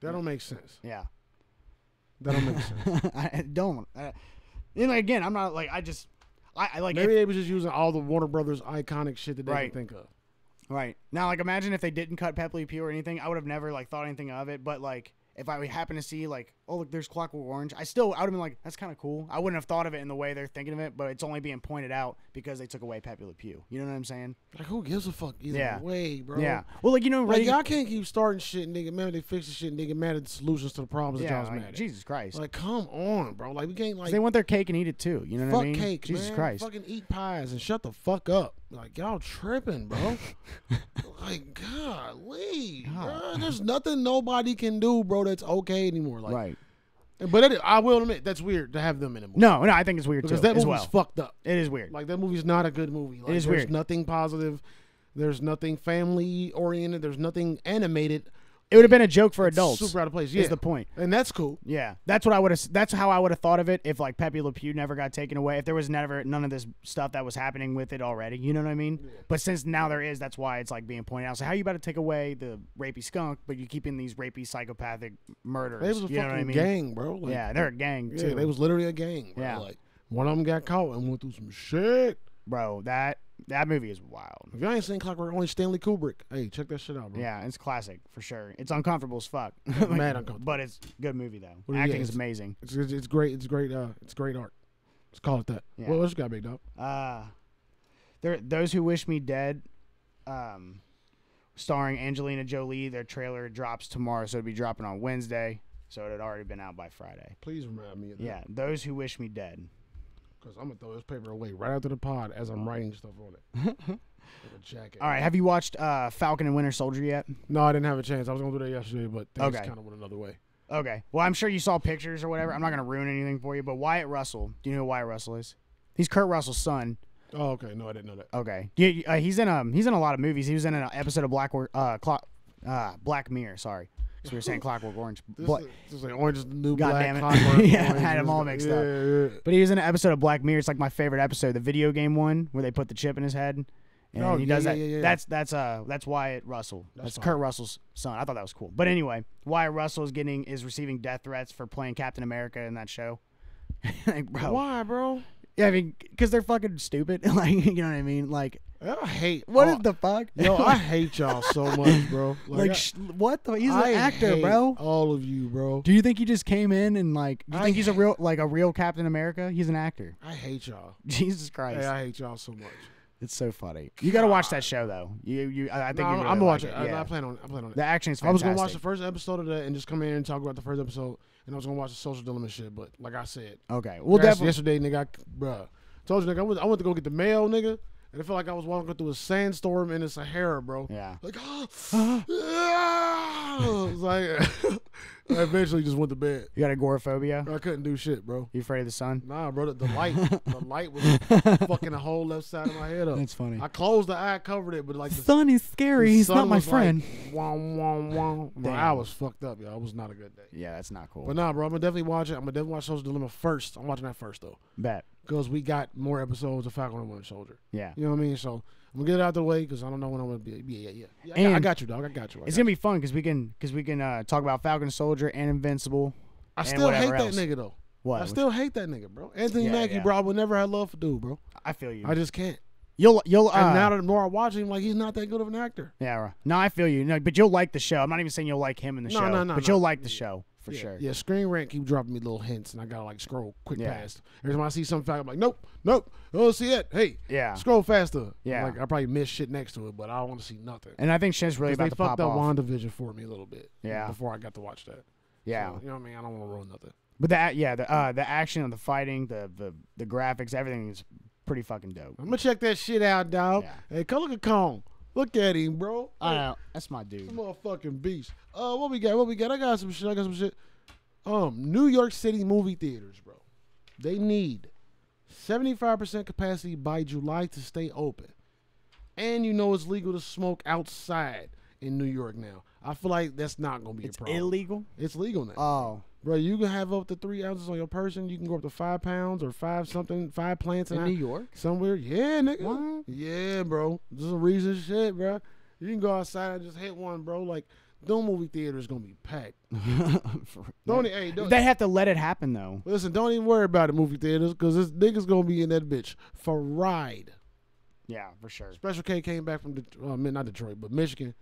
B: That don't make sense.
A: Yeah.
B: That don't make sense.
A: I don't. Uh, and again, I'm not like I just I, I like
B: Maybe
A: if-
B: they was just using all the Warner Brothers iconic shit that they
A: Right.
B: can think of.
A: right now. Like imagine if they didn't cut Pepe Le Pew or anything, I would have never like thought anything of it. But like if I happen to see like oh look there's Clockwork Orange, I still I would have been like that's kind of cool. I wouldn't have thought of it in the way they're thinking of it, but it's only being pointed out because they took away Pepe Le Pew. You know what I'm saying?
B: Like, who gives a fuck either
A: Yeah.
B: way, bro?
A: Yeah. Well, like you know,
B: Like,
A: Reagan-
B: y'all can't keep starting shit and they get mad when they fix the shit and they get mad at the solutions to the problems that
A: yeah,
B: y'all's
A: like,
B: mad at.
A: Jesus Christ.
B: Like, come on, bro. Like, we can't, like,
A: they want their cake and eat it too. You know
B: fuck
A: what I mean?
B: cake,
A: Jesus
B: man.
A: Christ.
B: Fucking eat pies and shut the fuck up. Like, y'all tripping, bro. like, golly. Bro, there's nothing nobody can do, bro, that's okay anymore. Like,
A: right.
B: But it, I will admit, that's weird to have them in a movie.
A: No, no, I think it's weird
B: because
A: too.
B: that
A: as
B: movie's
A: well.
B: fucked up.
A: it is weird.
B: Like that movie's not a good movie. Like,
A: is
B: there's
A: weird.
B: nothing positive. There's nothing family oriented. There's nothing animated.
A: it would have been a joke for adults.
B: Super out of place. Yeah,
A: is the point.
B: and that's cool.
A: Yeah, that's what I would have. That's how I would have thought of it if like Pepe Le Pew never got taken away. If there was never none of this stuff that was happening with it already, you know what I mean? But since now there is, that's why it's like being pointed out. So how you about to take away the rapey skunk, but you keeping these rapey psychopathic murderers?
B: They was a
A: you know
B: fucking
A: what I mean?
B: gang, bro. Like,
A: Yeah, they're a gang
B: yeah,
A: too.
B: they was literally a gang. Bro.
A: Yeah.
B: like one of them got caught and went through some shit.
A: Bro, that That movie is wild.
B: If y'all ain't seen Clockwork Orange, Stanley Kubrick. Hey, check that shit out, bro.
A: Yeah, it's classic for sure. It's uncomfortable as fuck.
B: mad uncomfortable.
A: But it's a good movie though.
B: What do you
A: Acting
B: get?
A: is amazing.
B: It's, it's, it's great. It's great. Uh, it's great art. Let's call it that.
A: Yeah.
B: What else you got, big dog?
A: Uh there those who wish me dead um starring Angelina Jolie, their trailer drops tomorrow, so it'd be dropping on Wednesday. So it had already been out by Friday.
B: Please remind me of that.
A: Yeah, those who wish me dead.
B: Because I'm gonna throw this paper away right after the pod as I'm writing stuff on it. like a jacket.
A: All right, have you watched uh Falcon and Winter Soldier yet?
B: No, I didn't have a chance. I was gonna do that yesterday, but things
A: Okay.
B: kind of went another way.
A: Okay. Well, I'm sure you saw pictures or whatever. I'm not gonna ruin anything for you, but Wyatt Russell. Do you know who Wyatt Russell is? He's Kurt Russell's son.
B: Oh, okay. No, I didn't know that.
A: Okay. Yeah, uh, he's in um he's in a lot of movies. He was in an episode of Black Wor- uh Clock uh Black Mirror. Sorry, 'Cause we were saying Clockwork Orange.
B: This,
A: Bla-
B: is, this is like orange is the new
A: God
B: black.
A: damn it.
B: Clockwork
A: Yeah, I
B: Orange
A: had 'em
B: is
A: all
B: the-
A: mixed
B: yeah,
A: up.
B: yeah, yeah.
A: but he was in an episode of Black Mirror. It's like my favorite episode, the video game one where they put the chip in his head. And
B: Oh,
A: he
B: yeah,
A: does
B: yeah,
A: that.
B: yeah, yeah.
A: That's that's uh that's Wyatt Russell. That's, Kurt Russell's son. I thought that was cool. But anyway, Wyatt Russell is getting is receiving death threats for playing Captain America in that show. like, bro.
B: Why, bro?
A: Yeah, I mean, because they're fucking stupid. like, you know what I mean? Like,
B: I hate.
A: what
B: oh,
A: is the fuck?
B: Yo, I hate y'all so much, bro.
A: like,
B: I-
A: sh- what the? He's
B: I
A: an actor,
B: hate
A: bro.
B: All of you, bro.
A: Do you think he just came in and like? Do you
B: I-
A: think he's a real like a real Captain America? He's an actor.
B: I hate y'all.
A: Jesus Christ,
B: Hey, I hate y'all so much.
A: it's so funny. You got to watch that show though. You you, I I think
B: No,
A: you
B: I'm,
A: really
B: I'm gonna
A: like
B: watch it.
A: it.
B: I,
A: Yeah.
B: I plan on. I plan on it.
A: the action is
B: I was
A: fantastic.
B: gonna watch the first episode of that and just come in and talk about the first episode, and I was gonna watch the social dilemma shit. But like I said,
A: okay, we'll
B: yes-
A: definitely.
B: yesterday, nigga, I, bruh, told you, nigga, I went, I went to go get the mail, nigga, and it felt like I was walking through a sandstorm in the Sahara, bro.
A: Yeah.
B: Like, ah, it was like, I eventually just went to bed.
A: You got agoraphobia?
B: I couldn't do shit, bro.
A: You afraid of the sun?
B: Nah, bro, the, the light, the light was fucking the whole left side of my head up.
A: That's funny.
B: I closed the eye, covered it, but like the
A: sun is scary. He's
B: sun
A: not my
B: was like,
A: friend.
B: wong, wong, wong. Bro, I
A: Damn.
B: was fucked up, yo. It was not a good day.
A: yeah, that's not cool.
B: But nah, bro, I'm gonna definitely watch it. I'm gonna definitely watch Social Dilemma first. I'm watching that first though,
A: Bet.
B: because we got more episodes of Falcon and Winter Soldier.
A: Yeah.
B: You know what I mean? So I'm gonna get it out the way because I don't know when I'm gonna be. Yeah, yeah, yeah. yeah I, got, I
A: And-
B: got you, dog. I got you. I,
A: It's
B: got
A: gonna be fun because we can because we can uh, talk about Falcon Soldier and Invincible.
B: you. I
A: and
B: still hate
A: whatever else.
B: that nigga though.
A: What?
B: I still hate that nigga, bro. Anthony
A: Yeah,
B: Mackie,
A: yeah.
B: bro. I will never have love for dude, bro.
A: I feel you.
B: I just can't.
A: you'll you'll uh,
B: and now that the more I watch him, like he's not that good of an actor.
A: Yeah, right. no, I feel you. No, but you'll like the show. I'm not even saying you'll like him in the
B: No,
A: show,
B: no, no,
A: but
B: no.
A: you'll like the show for
B: yeah,
A: sure.
B: Yeah, Screen Rant keep dropping me little hints, and I gotta like scroll quick
A: Yeah.
B: past. Every time I see something, I'm like, nope, nope, I don't see it. Hey,
A: Yeah.
B: scroll faster.
A: Yeah.
B: like I probably miss shit next to it, but I don't want to see nothing.
A: And I think shit's really
B: 'Cause
A: about
B: they
A: to pop
B: fucked up
A: off.
B: WandaVision for me a little bit.
A: Yeah.
B: before I got to watch that.
A: yeah,
B: So, you know what I mean. I don't want to ruin nothing.
A: but that yeah the uh, the action and the fighting, the, the the graphics, everything is pretty fucking dope.
B: I'm gonna check that shit out, dog.
A: Yeah.
B: Hey, come look at Kong. Look at him, bro.
A: I know that's my
B: This
A: dude.
B: motherfucking beast. Uh, what we got? What we got? I got some shit. I got some shit. Um, New York City movie theaters, bro. They need 75% capacity by July to stay open. And you know it's legal to smoke outside in New York now. I feel like that's not gonna be
A: It's
B: a problem.
A: illegal.
B: it's legal now.
A: Oh,
B: Bro, you can have up to three ounces on your person. You can go up to five pounds or five something, five plants an hour.
A: York.
B: Somewhere, yeah, nigga.
A: What?
B: Yeah, bro. This is a reason shit, bro. You can go outside and just hit one, bro. Like, the movie theater is gonna be packed. Don't e- hey, don't,
A: They have to let it happen though.
B: listen. Don't even worry about the movie theaters because this nigga's gonna be in that bitch for ride.
A: Yeah, for sure.
B: Special K came back from Det- uh, not Detroit, but Michigan,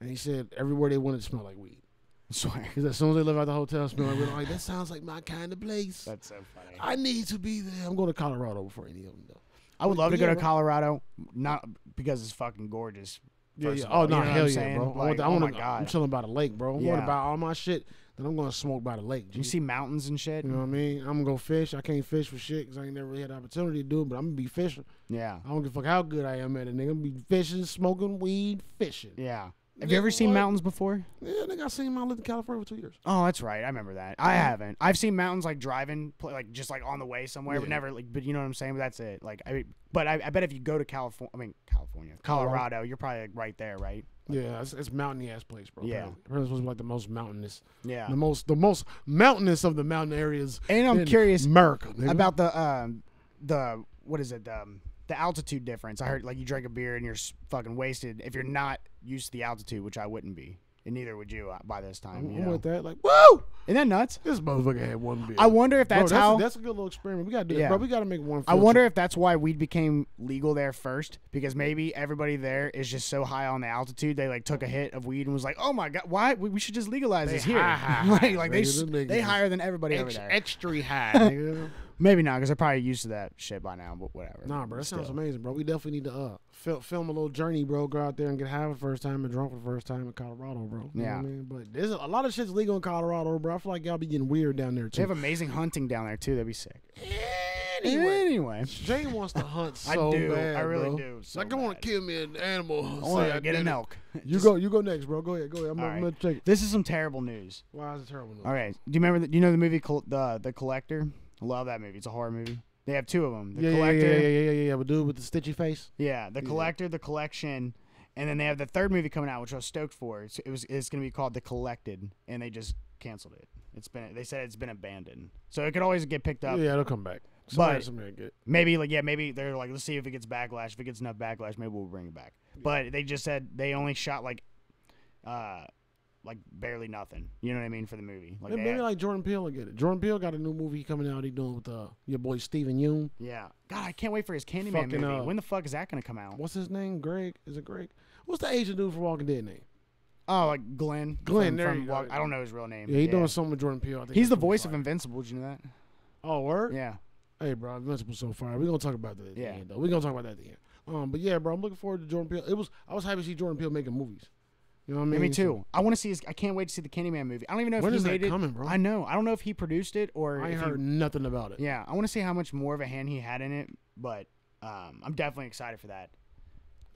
B: and he said everywhere they went it smelled like weed.
A: swear.
B: Because as soon as they left out the hotel, it smelled like weed. I'm like that sounds like my kind of place.
A: That's so funny.
B: I need to be there. I'm going to Colorado before any of them though.
A: I would love to
B: Yeah,
A: go to
B: bro.
A: Colorado, not because it's fucking gorgeous. first of all,
B: Oh
A: you
B: no,
A: know what I'm
B: hell yeah,
A: saying?
B: bro. I
A: Like,
B: want the, I
A: oh
B: want
A: my
B: to. I'm
A: god.
B: chilling by the lake, bro. I'm going to
A: Yeah.
B: buy all my shit that I'm going to smoke by the lake. G.
A: you see mountains and shit.
B: You know what I mean? I'm gonna go fish. I can't fish for shit because I ain't never really had the opportunity to do it. But I'm gonna be fishing.
A: Yeah,
B: I don't give a fuck how good I am at it. Nigga, I'm gonna be fishing, smoking weed, fishing. Yeah,
A: yeah. Have
B: Nigga,
A: you ever seen
B: what?
A: mountains before?
B: nigga, I seen my lived in California for two years.
A: Oh, that's right. I remember that. I haven't. I've seen mountains like driving, pl- like just like on the way somewhere,
B: Yeah.
A: but never like. But you know what I'm saying. But that's it. Like I, mean, but I, I bet if you go to California, I mean California,
B: Colorado.
A: Colorado, you're probably like right there, right?
B: Yeah, it's, it's mountainy ass place, bro.
A: Yeah.
B: apparently. Apparently it's supposed to be like the most mountainous,
A: Yeah.
B: the most the most mountainous of the mountain areas.
A: And I'm
B: in
A: curious
B: America nigga.
A: About the um, the what is it? The, um, the altitude difference. I heard like you drink a beer and you're s- fucking wasted if you're not used to the altitude, which I wouldn't be, and neither would you uh, by this time.
B: I'm
A: You know?
B: with that. Like, whoa,
A: Isn't that nuts?
B: This motherfucker had one beer.
A: I wonder if
B: Bro,
A: that's,
B: that's
A: how.
B: A, that's a good little experiment. We gotta do that,
A: Yeah.
B: bro. We gotta make one.
A: I
B: field
A: wonder
B: trip.
A: if that's why weed became legal there first, because maybe everybody there is just so high on the altitude they like took a hit of weed and was like, "Oh my god, why we, we should just legalize this here?"
B: high, high,
A: like, like they
B: nigga,
A: s-
B: them niggas
A: they
B: is
A: higher than everybody over
B: Ex-
A: there.
B: extra high. nigga.
A: maybe not, because they're probably used to that shit by now. But whatever.
B: nah, bro, that sounds
A: Still.
B: amazing, bro. We definitely need to uh fil- film a little journey, bro. Go out there and get high for the first time and drunk for the first time in Colorado, bro. You know
A: Yeah.
B: what I mean, but there's a, a lot of shit's legal in Colorado, bro. I feel like y'all be getting weird down there
A: They
B: too.
A: have amazing hunting down there too. That'd be sick.
B: anyway,
A: Anyway,
B: Jay wants to hunt
A: I
B: so
A: do.
B: bad,
A: I really
B: bro.
A: do. So
B: like I want
A: bad.
B: to kill me an animal.
A: I
B: Say
A: want to get
B: did
A: an
B: it.
A: elk.
B: You go. You go next, bro. Go ahead. Go ahead. I'm,
A: All
B: gonna- I'm
A: right.
B: gonna check it.
A: This is some terrible news.
B: Why is it terrible?
A: All right. Do you remember? The, you know the movie Col- the The Collector? I love that movie. It's a horror movie. They have two of them. The
B: yeah, yeah, yeah,
A: Collector.
B: yeah, yeah, yeah, yeah. But dude with the stitchy face.
A: Yeah, the
B: Yeah.
A: collector, the collection, and then they have the third movie coming out, which I was stoked for. It's, it was it's gonna be called The Collected, and they just canceled it. It's been they said it's been abandoned, so it could always get picked up.
B: Yeah, it'll come back. Somebody,
A: But-
B: somebody will get. it.
A: Maybe like yeah, maybe they're like let's see if it gets backlash. If it gets enough backlash, maybe we'll bring it back. But they just said they only shot like, uh, like barely nothing. You know what I mean for the movie? Like,
B: Maybe,
A: they
B: maybe
A: had-
B: like Jordan Peele will get it. Jordan Peele got a new movie coming out. He doing with uh, your boy Steven Yeun.
A: yeah. God, I can't wait for his Candyman
B: Fucking,
A: movie.
B: uh,
A: when the fuck is that gonna come out?
B: What's his name? Greg? Is it Greg? What's the Asian dude from Walking Dead name?
A: Oh, like Glenn.
B: Glenn,
A: from-
B: there
A: from
B: you go.
A: Walk- I don't know his real name.
B: Yeah, he doing something with Jordan Peele. I think
A: He's
B: that's
A: the
B: gonna be
A: voice of
B: fire.
A: Invincible. Did you know that?
B: Oh, word.
A: Yeah.
B: Hey, bro, Invincible so far. We're gonna talk about that. At
A: Yeah.
B: the end, though. We're gonna talk about that at the end. Um, but yeah, bro, I'm looking forward to Jordan Peele. It was I was happy to see Jordan Peele making movies. You know what I mean?
A: Yeah, me
B: So-
A: too. I want to see his. I can't wait to see the Candyman movie. I don't even know if
B: When
A: he
B: is that
A: made it.
B: coming, bro?
A: I know. I don't know if he produced it or.
B: I
A: if
B: ain't
A: he-
B: heard nothing about it.
A: yeah, I want to see how much more of a hand he had in it, but um, I'm definitely excited for that.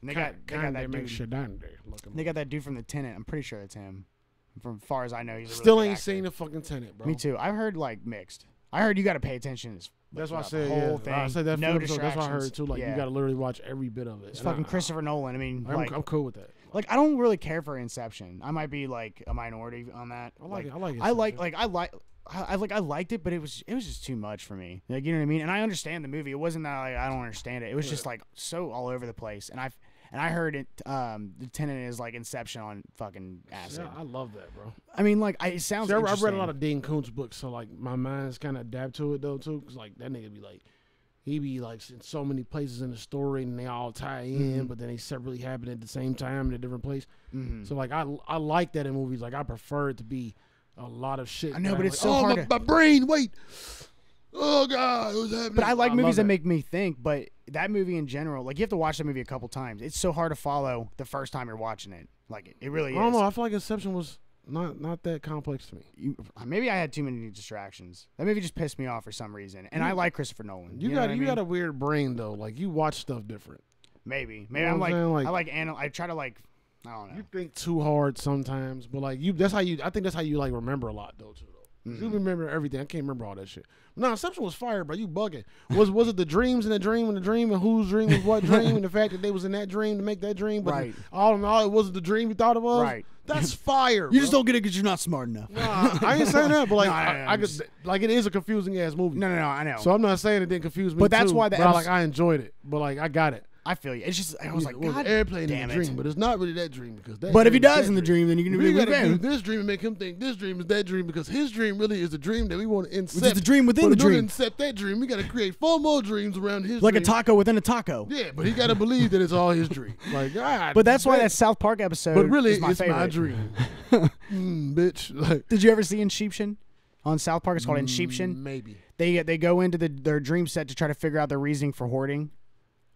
A: And they got they got that dude.
B: shit down there. Looking
A: They got that dude from the Tenant. I'm pretty sure it's him. From far as I know, he's a really
B: Still
A: good
B: ain't
A: actor.
B: seen the fucking tenant, bro.
A: Me too. I've heard like mixed. I heard you got to pay attention. to this, like,
B: That's why I
A: throughout
B: said
A: the whole
B: yeah.
A: thing.
B: I said that
A: no
B: film, so that's what I heard
A: distractions.
B: too. Like
A: Yeah.
B: you got to literally watch every bit of it.
A: It's
B: And I-
A: fucking Christopher Nolan. I mean,
B: I'm,
A: like,
B: I'm cool with that.
A: like I don't really care for Inception. I might be like a minority on that.
B: I like it. I like it.
A: I like
B: Sergio.
A: like I like I I, like I liked it, but it was it was just too much for me. Like you know what I mean. And I understand the movie. It wasn't that like, I don't understand it. It was just like so all over the place. And I and I heard it. Um, the tenant is like Inception on fucking acid.
B: Yeah, I love that, bro.
A: I mean, like I, it sounds.
B: See, I- I've read a
A: interesting.
B: lot of Dean Koontz books, so like my mind's kind of adapt to it though too. Cause like that nigga be like, he be like in so many places in the story, and they all tie in,
A: Mm-hmm.
B: but then they separately happen at the same time in a different place. So like I I like that in movies. Like I prefer it to be a lot of shit.
A: I know,
B: that
A: but
B: I'm
A: it's
B: like,
A: so
B: oh,
A: hard
B: My,
A: to-
B: my brain, wait. Oh god, it was happening.
A: But I like
B: love
A: movies that make me think. But that movie in general, like you have to watch that movie a couple times. It's so hard to follow the first time you're watching it. Like it, it really
B: I
A: is.
B: don't know. I feel like Inception was not not that complex to me.
A: you, maybe I had too many distractions. That movie just pissed me off for some reason. And I like Christopher Nolan.
B: You,
A: know
B: got
A: what I
B: you
A: mean?
B: got a weird brain though. Like you watch stuff different.
A: maybe maybe
B: know
A: I'm like,
B: what I'm saying? Like-
A: I like anal. I try to like I don't know.
B: You think too hard sometimes, but like you, that's how you. I think that's how you like remember a lot though. Too though,
A: Mm-hmm.
B: 'Cause you remember everything. I can't remember all that shit. No, Inception was fire, bro. You bugging. Was was it the dreams and the dream and the dream and whose dream was what dream and the fact that they was in that dream to make that dream, but
A: Right.
B: all in all, it wasn't the dream you thought it was.
A: Right.
B: That's fire. bro.
A: don't get it because you're not smart enough. No,
B: Nah, I ain't saying that, but like
A: No, no, no,
B: I, I
A: I'm
B: could,
A: just-
B: like it is a confusing ass movie.
A: no, no. I know.
B: So I'm not saying it didn't confuse me.
A: But that's
B: too,
A: why the
B: but I,
A: episode-
B: like I enjoyed it, but like I got it.
A: I feel you. It's just I was like,
B: Well,
A: God
B: the airplane
A: damn
B: in the
A: it.
B: dream, but it's not really that dream because that
A: But if
B: dream
A: he
B: is
A: dies
B: that
A: in the dream, then you're gonna
B: we
A: be with
B: gotta do
A: him.
B: this dream and make him think this dream is that dream because his dream really is the dream that we want to incept.
A: is the dream within
B: but
A: the
B: in order
A: dream.
B: To incept that dream, we got to create four more dreams around his
A: like a
B: dream.
A: taco within a taco.
B: Yeah, but he got to believe that it's all his dream. Like, God,
A: But that's why
B: damn.
A: that South Park episode.
B: But really,
A: is my
B: it's
A: favorite.
B: my dream, mm, bitch. Like,
A: Did you ever see Inception? On South Park, it's
B: Mm.
A: called Inception.
B: maybe.
A: They they go into the, their dream set to try to figure out their reasoning for hoarding.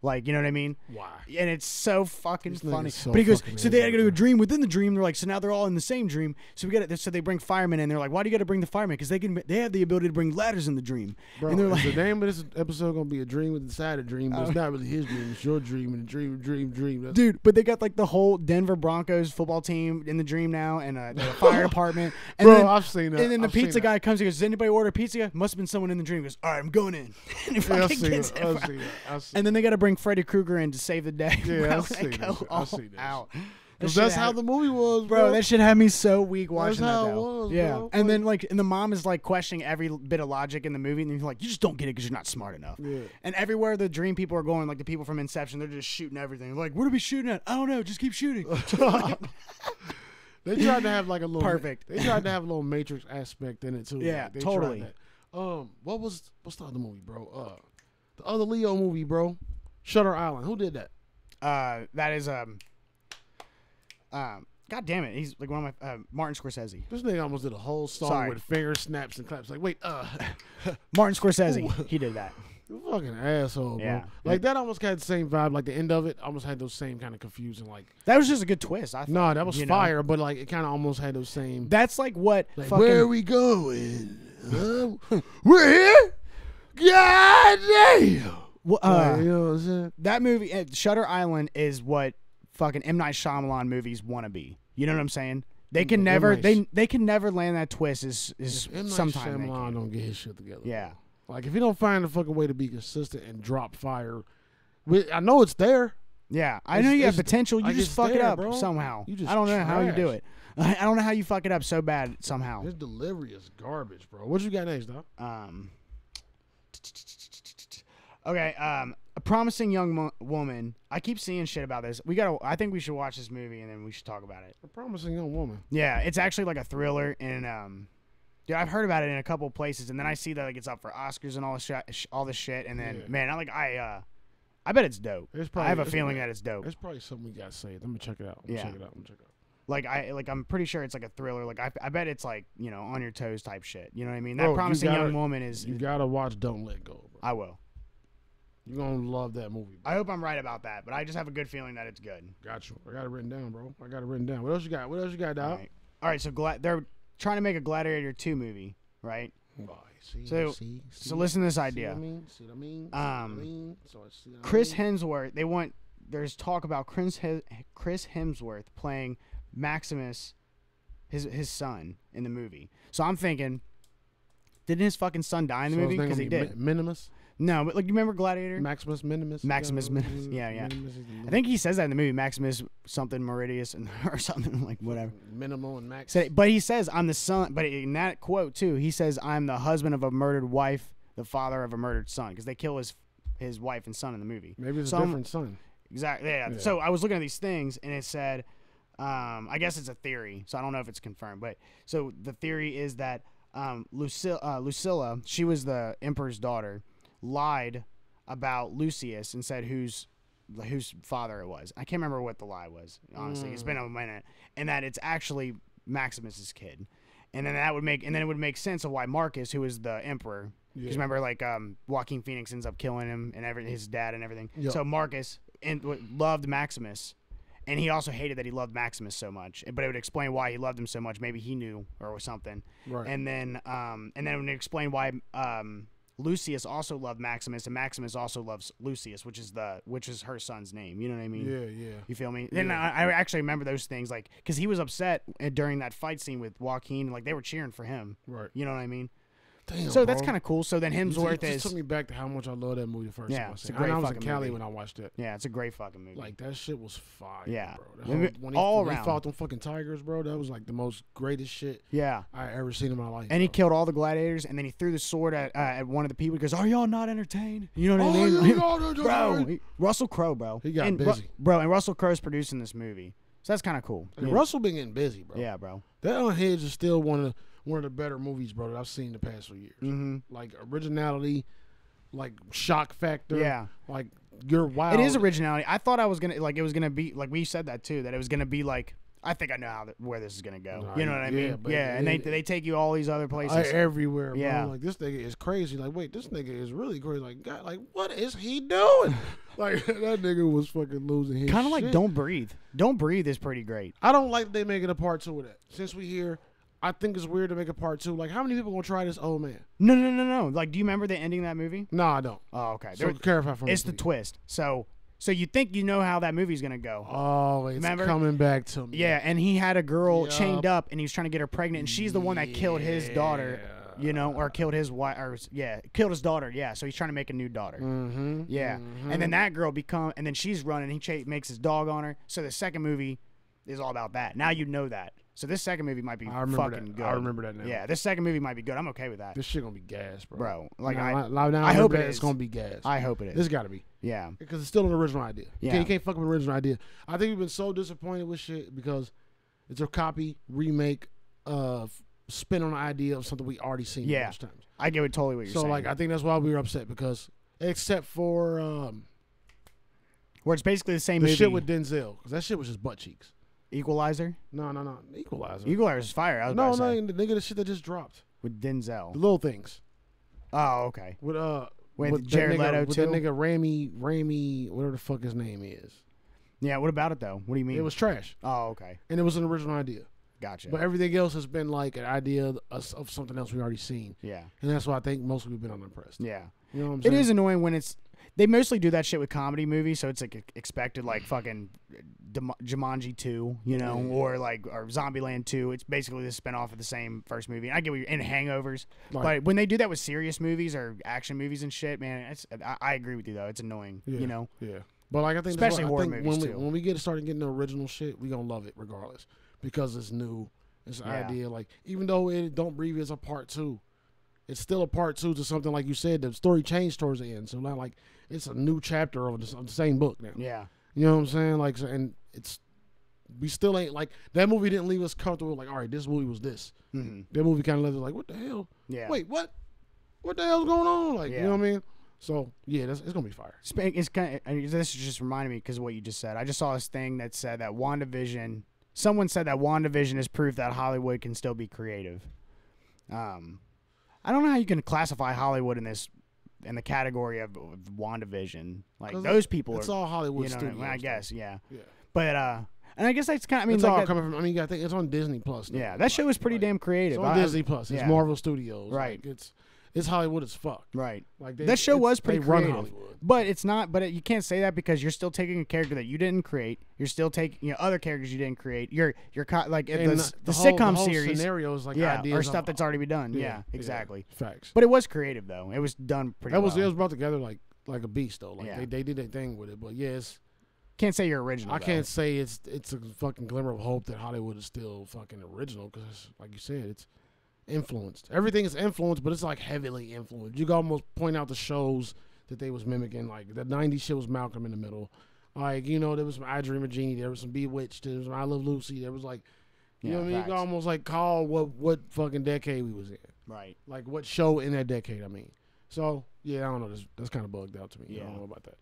A: Like, you know what I mean?
B: Why?
A: and it's so fucking
B: nigga's
A: funny.
B: so
A: but he goes,
B: fucking
A: so they had to
B: arrogant,
A: go to a
B: bro.
A: dream within the dream. They're like, so now they're all in the same dream. So we got it. So they bring firemen in. They're like, why do you got to bring the firemen? Because they can, they have the ability to bring ladders in the dream.
B: Bro,
A: and they're
B: is
A: like, Oh.
B: the name of this episode gonna be a dream with inside a dream, but it's not really his dream. It's your dream and a dream, dream, dream. That's
A: dude, but they got like the whole Denver Broncos football team in the dream now, and uh, the fire department. And
B: Bro,
A: then,
B: I've seen that.
A: And then the
B: I've seen
A: pizza
B: that.
A: guy comes. He goes, does anybody order pizza? Must have been someone in the dream. He goes, all right, I'm going in. and, he
B: Yeah, I
A: fucking
B: see
A: gets
B: that.
A: in.
B: I see that. I see
A: and then they got to bring Freddy Krueger in to save the day.
B: Yeah,
A: Bro,
B: I've
A: they
B: seen that
A: go
B: shit. I've
A: all
B: seen that
A: out. That
B: Cause
A: shit
B: that's how
A: happened.
B: the movie was, bro.
A: bro. That shit had me so weak watching
B: how
A: that.
B: it
A: though.
B: was,
A: yeah,
B: bro.
A: and then like, and the mom is like questioning every l- bit of logic in the movie, and you're like, you just don't get it because you're not smart enough.
B: Yeah.
A: And everywhere the dream people are going, like the people from Inception, they're just shooting everything. They're like, what are we shooting at? I don't know. Just keep shooting.
B: They tried to have like a little
A: Perfect.
B: They tried to have a little Matrix aspect in it too.
A: Yeah,
B: Like, they
A: totally.
B: tried that. Um, what was what's the other movie, bro? Uh, the other Leo movie, bro. Shutter Island. Who did that?
A: Uh, that is um, um, God damn it, he's like one of my uh, Martin Scorsese.
B: This nigga almost did a whole song
A: Sorry.
B: with finger snaps and claps. Like, wait, uh,
A: Martin Scorsese, he did that.
B: you fucking asshole, bro.
A: Yeah.
B: Like that almost had the same vibe. Like the end of it almost had those same kind of confusing. Like,
A: That was just a good twist. I thought,
B: nah, that was
A: you know?
B: fire, but like it kind of almost had those same.
A: That's like what
B: Like,
A: fucking
B: where are we going? Huh? We're here. God damn.
A: wha- uh,
B: Like, you know what I'm saying?
A: that movie. Uh, Shutter Island is what fucking M Night Shyamalan movies want to be. You know what I'm saying? They can
B: M.
A: never
B: Night-
A: they they can never land that twist. Is is
B: M. Night
A: sometimes they
B: Shyamalan
A: can.
B: don't get his shit together.
A: yeah.
B: Like if he don't find a fucking way to be consistent and drop fire, we, I know it's there.
A: Yeah, I
B: It's-
A: know you have
B: it's-
A: potential. You
B: like,
A: just
B: it's
A: fuck it
B: there,
A: up
B: bro.
A: somehow.
B: You just
A: I don't know how you do
B: trash.
A: it. I don't know how you fuck it up so bad somehow.
B: His delivery is garbage, bro. What you got next, dog?
A: Um, okay, um, a promising young mo- woman. I keep seeing shit about this. We gotta. I think we should watch this movie and then we should talk about it.
B: A promising young woman.
A: Yeah, it's actually like a thriller, and um, dude, I've heard about it in a couple places, and then I see that like it's up for Oscars and all this sh- all this shit, and then
B: Yeah.
A: man, I like I uh, I bet it's dope.
B: It's
A: I have a
B: it's-
A: feeling that it's dope.
B: It's probably something we got saved. Let me check it out. Let me
A: Yeah.
B: check it out. Let me check it out.
A: Like I like I'm pretty sure it's like a thriller. Like I, I bet it's like you know on your toes type shit. You know what I mean? That
B: Bro, Oh, you
A: promising young
B: gotta-
A: woman is.
B: You gotta watch Don't Let Go, bro.
A: I will.
B: You're gonna love that movie. Bro.
A: I hope I'm right about that, but I just have a good feeling that it's good.
B: Got you. I got it written down, bro. I got it written down. What else you got? What else you got,
A: All
B: dog?
A: right. All right. So Gla- they're trying to make a Gladiator two movie, right?
B: Oh, see,
A: So-
B: see,
A: So listen to this
B: See what I
A: idea.
B: mean? See what I mean? See
A: Um,
B: what I mean? So I see what I
A: Chris
B: mean?
A: Hemsworth. They want. There's talk about Chris He- Chris Hemsworth playing Maximus, his his son in the movie. So I'm thinking, didn't his fucking son die in the
B: So his
A: movie?
B: name
A: Because he
B: gonna be
A: did.
B: Mi- Minimus,
A: no, but like you remember Gladiator?
B: Maximus Minimus.
A: Maximus Minimus. Yeah, yeah. I think he says that in the movie, Maximus something Meridius and or something like whatever.
B: Minimal and Max.
A: Said- But he says, "I'm the son." But in that quote too, he says, "I'm the husband of a murdered wife, the father of a murdered son," because they kill his his wife and son in the movie.
B: Maybe it's
A: so
B: a
A: I'm-
B: different son.
A: Exactly. Yeah.
B: Yeah.
A: So I was looking at these things, and it said, um, I guess it's a theory, so I don't know if it's confirmed. But so the theory is that um, Lucilla, uh, Lucilla, she was the emperor's daughter, lied about Lucius and said whose whose father it was. I can't remember what the lie was. Honestly, it's been a minute, and that it's actually Maximus's kid. And then that would make, and then it would make sense of why Marcus, who is the emperor, because
B: Yeah.
A: remember, like um, Joaquin Phoenix ends up killing him and every, his dad and everything.
B: Yeah.
A: So Marcus and w- loved Maximus, and he also hated that he loved Maximus so much. But it would explain why he loved him so much. Maybe he knew or something.
B: Right.
A: And then, um, and then it would explain why um, Lucius also loved Maximus, and Maximus also loves Lucius, which is the which is her son's name. You know what I mean?
B: Yeah, yeah.
A: Mm. You feel me? Then I, I actually remember those things, like because he was upset uh, during that fight scene with Joaquin. Like they were cheering for him.
B: Right.
A: You know what I mean?
B: Damn,
A: So that's
B: bro.
A: kind of cool. So then
B: It just-
A: Hemsworth
B: it just
A: is
B: took me back to how much I love that movie the first
A: Yeah,
B: time. I
A: it's a
B: seen it.
A: great
B: I, know I was in
A: fucking
B: Cali
A: movie.
B: when I watched it.
A: Yeah, it's a great fucking movie.
B: Like that shit was fire.
A: Yeah.
B: bro.
A: The
B: That whole-
A: movie-
B: when he,
A: all
B: when he
A: around.
B: fought them fucking tigers, bro. That was like the most greatest shit
A: yeah.
B: I ever seen in my life.
A: And he
B: bro.
A: killed all the gladiators, and then he threw the sword at, uh, at one of the people. He goes, "Are y'all not entertained?" You know what
B: Oh,
A: I mean,
B: you know that-
A: bro? he- Russell Crowe, bro.
B: He got
A: and Ru-
B: busy.
A: bro. And Russell Crowe's producing this movie, so that's kind of cool.
B: And Russell been getting busy, bro.
A: Yeah, bro.
B: That Unhinged is still one of one of the better movies, bro, that I've seen in the past few years.
A: Mm-hmm.
B: Like originality, like shock factor.
A: Yeah.
B: Like you're wild.
A: It is originality. I thought I was gonna like it was gonna be like we said that too that it was gonna be like I think I know how th- where this is gonna go.
B: Nah,
A: you know what I
B: yeah,
A: mean?
B: but
A: Yeah, and they
B: it-
A: they take you all these other places.
B: Like, uh, everywhere,
A: Yeah.
B: bro. Like this nigga is crazy. Like wait, this nigga is really crazy. Like God, like what is he doing? like that nigga was fucking losing his.
A: kind of like
B: shit.
A: Don't Breathe. Don't Breathe is pretty great.
B: I don't like they making a part two of that. Since we here, I think it's weird to make a part two. Like how many people gonna try this old man?
A: No, no, no, no. Like, do you remember the ending of that movie?
B: No, I don't.
A: Oh, okay.
B: So
A: There-
B: clarify for me.
A: it's the
B: please.
A: twist. So, so you think you know how that movie's gonna go?
B: Oh, it's
A: Remember?
B: coming back to me.
A: Yeah, and he had a girl chained
B: Yup.
A: up, and he was trying to get her pregnant, and she's the one that killed his daughter, you know, or killed his wife, or yeah, killed his daughter. Yeah, so he's trying to make a new daughter.
B: Mm-hmm.
A: Yeah, and then that girl become, and then she's running. He cha- makes his dog on her. So the second movie is all about that. Now you know that. So this second movie might be
B: I remember
A: fucking
B: that.
A: good.
B: I remember that now.
A: Yeah, this second movie might be good. I'm okay with that,
B: This shit gonna be gas, bro.
A: bro. Like
B: now,
A: I,
B: now- now
A: I hope
B: remember
A: it
B: that It's
A: is.
B: gonna be gas.
A: I hope it
B: This
A: is.
B: gotta be
A: Yeah,
B: because it's still an original idea. You
A: Yeah.
B: can't, you can't fuck up an original idea. I think we've been so disappointed with shit because It's a copy, remake, uh, f- spin on the idea of something we already seen
A: Yeah.
B: a bunch of times.
A: I get what totally what you're
B: So
A: saying.
B: like, I think that's why we were upset because except for um,
A: where it's basically the same
B: the
A: movie.
B: shit with Denzel, because that shit was just butt cheeks.
A: Equalizer.
B: No, no, no, Equalizer.
A: Equalizer's fire. I was
B: no,
A: about to
B: no,
A: say.
B: the nigga, the shit that just dropped.
A: with
B: The
A: Denzel.
B: little things
A: Oh, okay.
B: with uh.
A: With
B: that
A: Jared
B: nigga,
A: Leto
B: with that
A: too?
B: nigga Ramy, Ramy, whatever the fuck his name is.
A: Yeah. What about it though? What do you mean?
B: It was trash,
A: Oh, okay.
B: and it was an original idea.
A: Gotcha.
B: But everything else has been like an idea of, of something else we already seen,
A: yeah.
B: and that's why I think most we've been unimpressed.
A: Yeah.
B: You know what I'm
A: It
B: saying?
A: is annoying when it's. They mostly do that shit with comedy movies, so it's like e- expected, like fucking Dem- Jumanji two, you know, or like or Zombieland two. It's basically the spinoff of the same first movie. I get what you're in Hangovers,
B: Right.
A: but when they do that with serious movies or action movies and shit, man, it's I, I agree with you though. It's annoying,
B: Yeah.
A: you know.
B: Yeah. But like I think
A: Especially
B: that's why,
A: horror
B: I think
A: movies,
B: when we
A: too.
B: when we get started getting the original shit, we gonna love it regardless because it's new. It's an
A: Yeah.
B: idea. Like even though it don't breathe is a part two, it's still a part two to something like you said. The story changed towards the end, so not like it's a new chapter of the, of the same book now.
A: Yeah,
B: You know what I'm saying? Like so, and it's we still ain't like that movie didn't leave us comfortable. Like all right, this movie was this.
A: Mhm.
B: That movie kind of left us like what the hell?
A: yeah.
B: Wait, what? What the hell's going on? Like you
A: Yeah.
B: know what I mean? So yeah, that's, it's gonna be fire.
A: Sp- It's kind of, I mean, this just reminded me because of what you just said. I just saw this thing that said that WandaVision. Someone said that WandaVision is proof that Hollywood can still be creative. Um, I don't know how you can classify Hollywood in this in the category of, of WandaVision. Like
B: 'Cause
A: those people
B: It's
A: are,
B: all
A: you
B: Hollywood
A: know, what I mean?
B: studios.
A: I guess, yeah.
B: Yeah.
A: But uh, and I guess that's kind. of I mean,
B: it's
A: like
B: all
A: that-
B: coming from. I mean, you got to think it's on Disney Plus. now.
A: yeah, that show was pretty damn
B: It's
A: creative.
B: on
A: I-
B: Disney Plus. It's
A: yeah.
B: Marvel Studios.
A: Right.
B: Like, it's it's Hollywood as fuck.
A: right.
B: Like they,
A: that show
B: it's-
A: was pretty
B: they
A: creative,
B: run Hollywood.
A: but it's not. But it, you can't say that because you're still taking a character that you didn't create. You're still taking you know other characters you didn't create. You're you're co- like the,
B: And
A: the,
B: the
A: the
B: whole- the
A: sitcom
B: whole
A: series,
B: scenario is like
A: yeah,
B: ideas
A: or
B: of-
A: stuff that's already been done. Yeah,
B: yeah.
A: exactly.
B: Facts.
A: But it was creative though. It was done pretty.
B: that was
A: well.
B: it was brought together like like a beast though. Like
A: Yeah.
B: they, they did their thing with it. But yes,
A: Can't say you're original.
B: I
A: though.
B: can't say it's it's a fucking glimmer of hope that Hollywood is still fucking original because like you said, it's influenced. Everything is influenced, but it's like heavily influenced. You can almost point out the shows that they was mimicking. Like the '90s shit was Malcolm in the Middle. Like you know, there was some I Dream of Jeannie, there was some Bewitched, there was some I Love Lucy, there was like, you know
A: Yeah,
B: what I mean? You can
A: facts.
B: almost like call what what fucking decade we was in,
A: Right.
B: like what show in that decade. I mean, so yeah, I don't know. That's, that's kind of bugged out to me. I
A: Yeah.
B: don't know about that.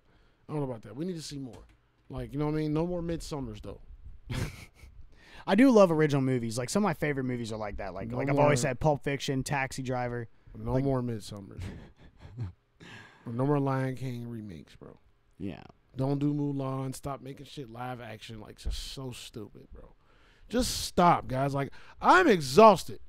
B: I don't know about that. We need to see more. Like you know what I mean? No more midsummers though.
A: I do love original movies. Like some of my favorite movies are like that. Like
B: No
A: like I've always
B: more-
A: said, Pulp Fiction, Taxi Driver.
B: No
A: Like-
B: more midsummers. no more Lion King remakes, bro.
A: Yeah.
B: Don't do Mulan. Stop making shit live action. Like, it's just so stupid, bro. Just stop, guys. Like, I'm exhausted.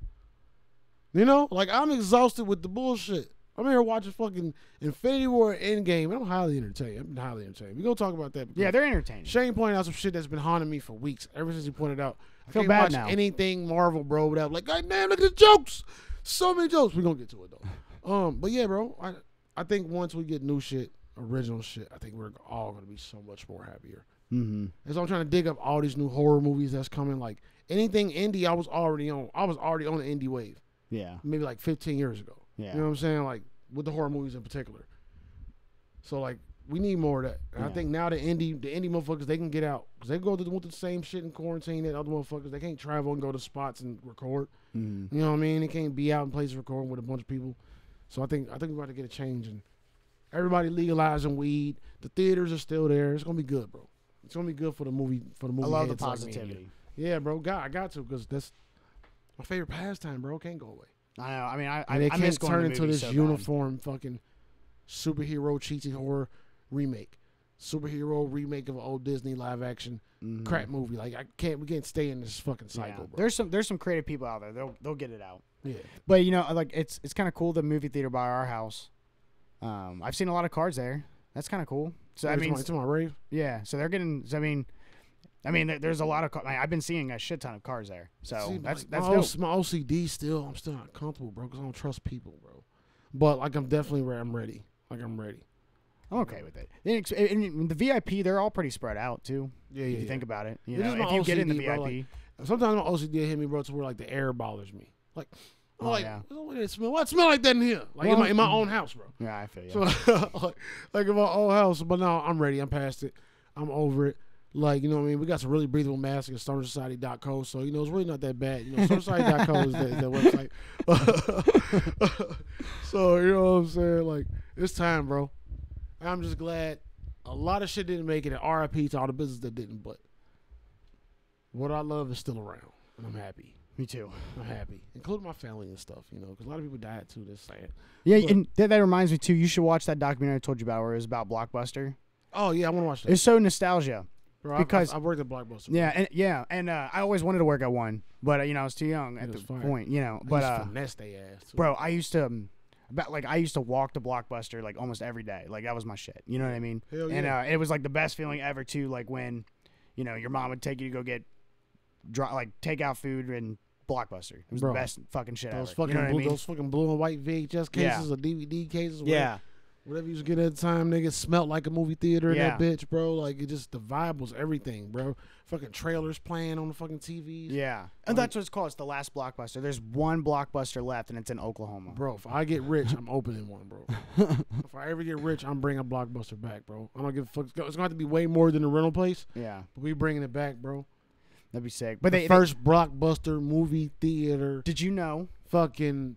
B: You know? Like, I'm exhausted with the bullshit. I'm here watching fucking Infinity War and Endgame, and I'm highly entertained. I'm highly entertained. We're going to talk about that.
A: Yeah,
B: because
A: they're entertaining.
B: Shane pointed out some shit that's been haunting me for weeks, ever since he pointed out. I
A: feel
B: can't
A: bad
B: watch
A: now.
B: anything Marvel, bro, without, like, God damn, look at the jokes. So many jokes. We're going to get to it, though. Um, But yeah, bro, I, I think once we get new shit, original shit, I think we're all going to be so much more happier.
A: Mm-hmm.
B: As I'm trying to dig up all these new horror movies that's coming, like anything indie, I was already on. I was already on the indie wave,
A: Yeah.
B: maybe like 15 years ago.
A: Yeah.
B: You know what I'm saying? Like with the horror movies in particular. So like we need more of that. And I
A: Yeah.
B: think now the indie, the indie motherfuckers, they can get out because they go through the same shit in quarantine that other motherfuckers. They can't travel and go to spots and record.
A: Mm-hmm.
B: You know what I mean? They can't be out in places recording with a bunch of people. So I think I think we're about to get a change and everybody legalizing weed. The theaters are still there. It's gonna be good, bro. It's gonna be good for the movie for the movie.
A: I love the
B: heads like me and you.
A: positivity.
B: yeah, bro. God, I got to because that's my favorite pastime, bro. Can't go away.
A: I know. I mean, I
B: And
A: I,
B: they
A: I miss
B: can't
A: going
B: turn
A: to
B: into
A: movies
B: this
A: so bad.
B: uniform fucking superhero cheating horror remake, superhero remake of an old Disney live action crap movie. Like I can't, we can't stay in this fucking
A: Mm-hmm. Yeah.
B: cycle, bro.
A: There's some there's some creative people out there. They'll they'll get it out.
B: Yeah,
A: But you know, like it's it's kind of cool the movie theater by our house. Um, I've seen a lot of cars there. That's kind of cool. So I
B: Wait,
A: mean,
B: to my, to my rave.
A: yeah. So they're getting. so, I mean, I mean, there- there's a lot of. Car, I- I've been seeing a shit ton of cars there. So
B: See, oh,
A: that's
B: like,
A: that's
B: my,
A: dope.
B: O- my OCD still. I'm still not comfortable, bro, because I don't trust people, bro. But like, I'm definitely re I'm ready. Like I'm ready.
A: I'm okay with it. Then ex- and- and the VIP, they're all pretty spread out too. If
B: Yeah, yeah,
A: you
B: yeah.
A: think about it, you
B: This
A: know,
B: is my
A: if you get in the
B: OCD, bro,
A: VIP,
B: like- Sometimes my OCD hit me, bro, to where like the air bothers me. Like, I'm
A: Oh,
B: like,
A: yeah.
B: what it smell? What smell like that in here? Like in,
A: Well, mm-hmm.
B: my, in my own house, bro.
A: yeah, I feel you.
B: So like, like in my old house, but now I'm ready. I'm past it. I'm over it. Like, you know what I mean? We got some really breathable masks at startersociety.co, so, you know, it's really not that bad. You know, startersociety.co is that, that website. so, you know what I'm saying? Like, it's time, bro. I'm just glad a lot of shit didn't make it, and RIP to all the business that didn't, but what I love is still around, and I'm happy.
A: Me too.
B: I'm happy, including my family and stuff, you know, because a lot of people died too. That's sad.
A: Yeah,
B: But-
A: and that, that reminds me too. You should watch that documentary I told you about, where it was about Blockbuster.
B: Oh yeah, I want to watch that.
A: It's so nostalgia.
B: Bro,
A: because-
B: I, I, I worked at Blockbuster.
A: Yeah, and yeah, and uh, I always wanted to work at one, but uh, you know I was too young at the
B: It was fire.
A: point. You know,
B: but
A: but
B: I used
A: uh,
B: to finesse they ass. Too.
A: bro, I used to um, about like I used to walk to Blockbuster like almost every day. Like that was my shit. You know what I mean?
B: Hell
A: And
B: yeah.
A: uh, it was like the best feeling ever too. Like when, you know, your mom would take you to go get, dry, like take out food and Blockbuster. It was
B: Bro.
A: the best fucking shit
B: those
A: ever.
B: fucking
A: you know what
B: blue,
A: I mean?
B: those fucking blue and white VHS cases
A: Yeah.
B: or DVD cases. Whatever,
A: yeah,
B: whatever you used to get at the time, nigga, smelt like a movie theater in that
A: Yeah.
B: bitch, bro. Like it just the vibe was everything, bro. Fucking trailers playing on the fucking TVs.
A: yeah. And that's what it's called. It's the last Blockbuster. There's one Blockbuster left, and it's in Oklahoma.
B: Bro, if I get rich, I'm opening one, bro. if I ever get rich, I'm bringing Blockbuster back, bro. I don't give a fuck. It's gonna have to be way more than the rental place,
A: Yeah,
B: but we bringing it back, bro.
A: that'd be sick. But
B: the
A: they,
B: first blockbuster movie theater
A: did you know?
B: fucking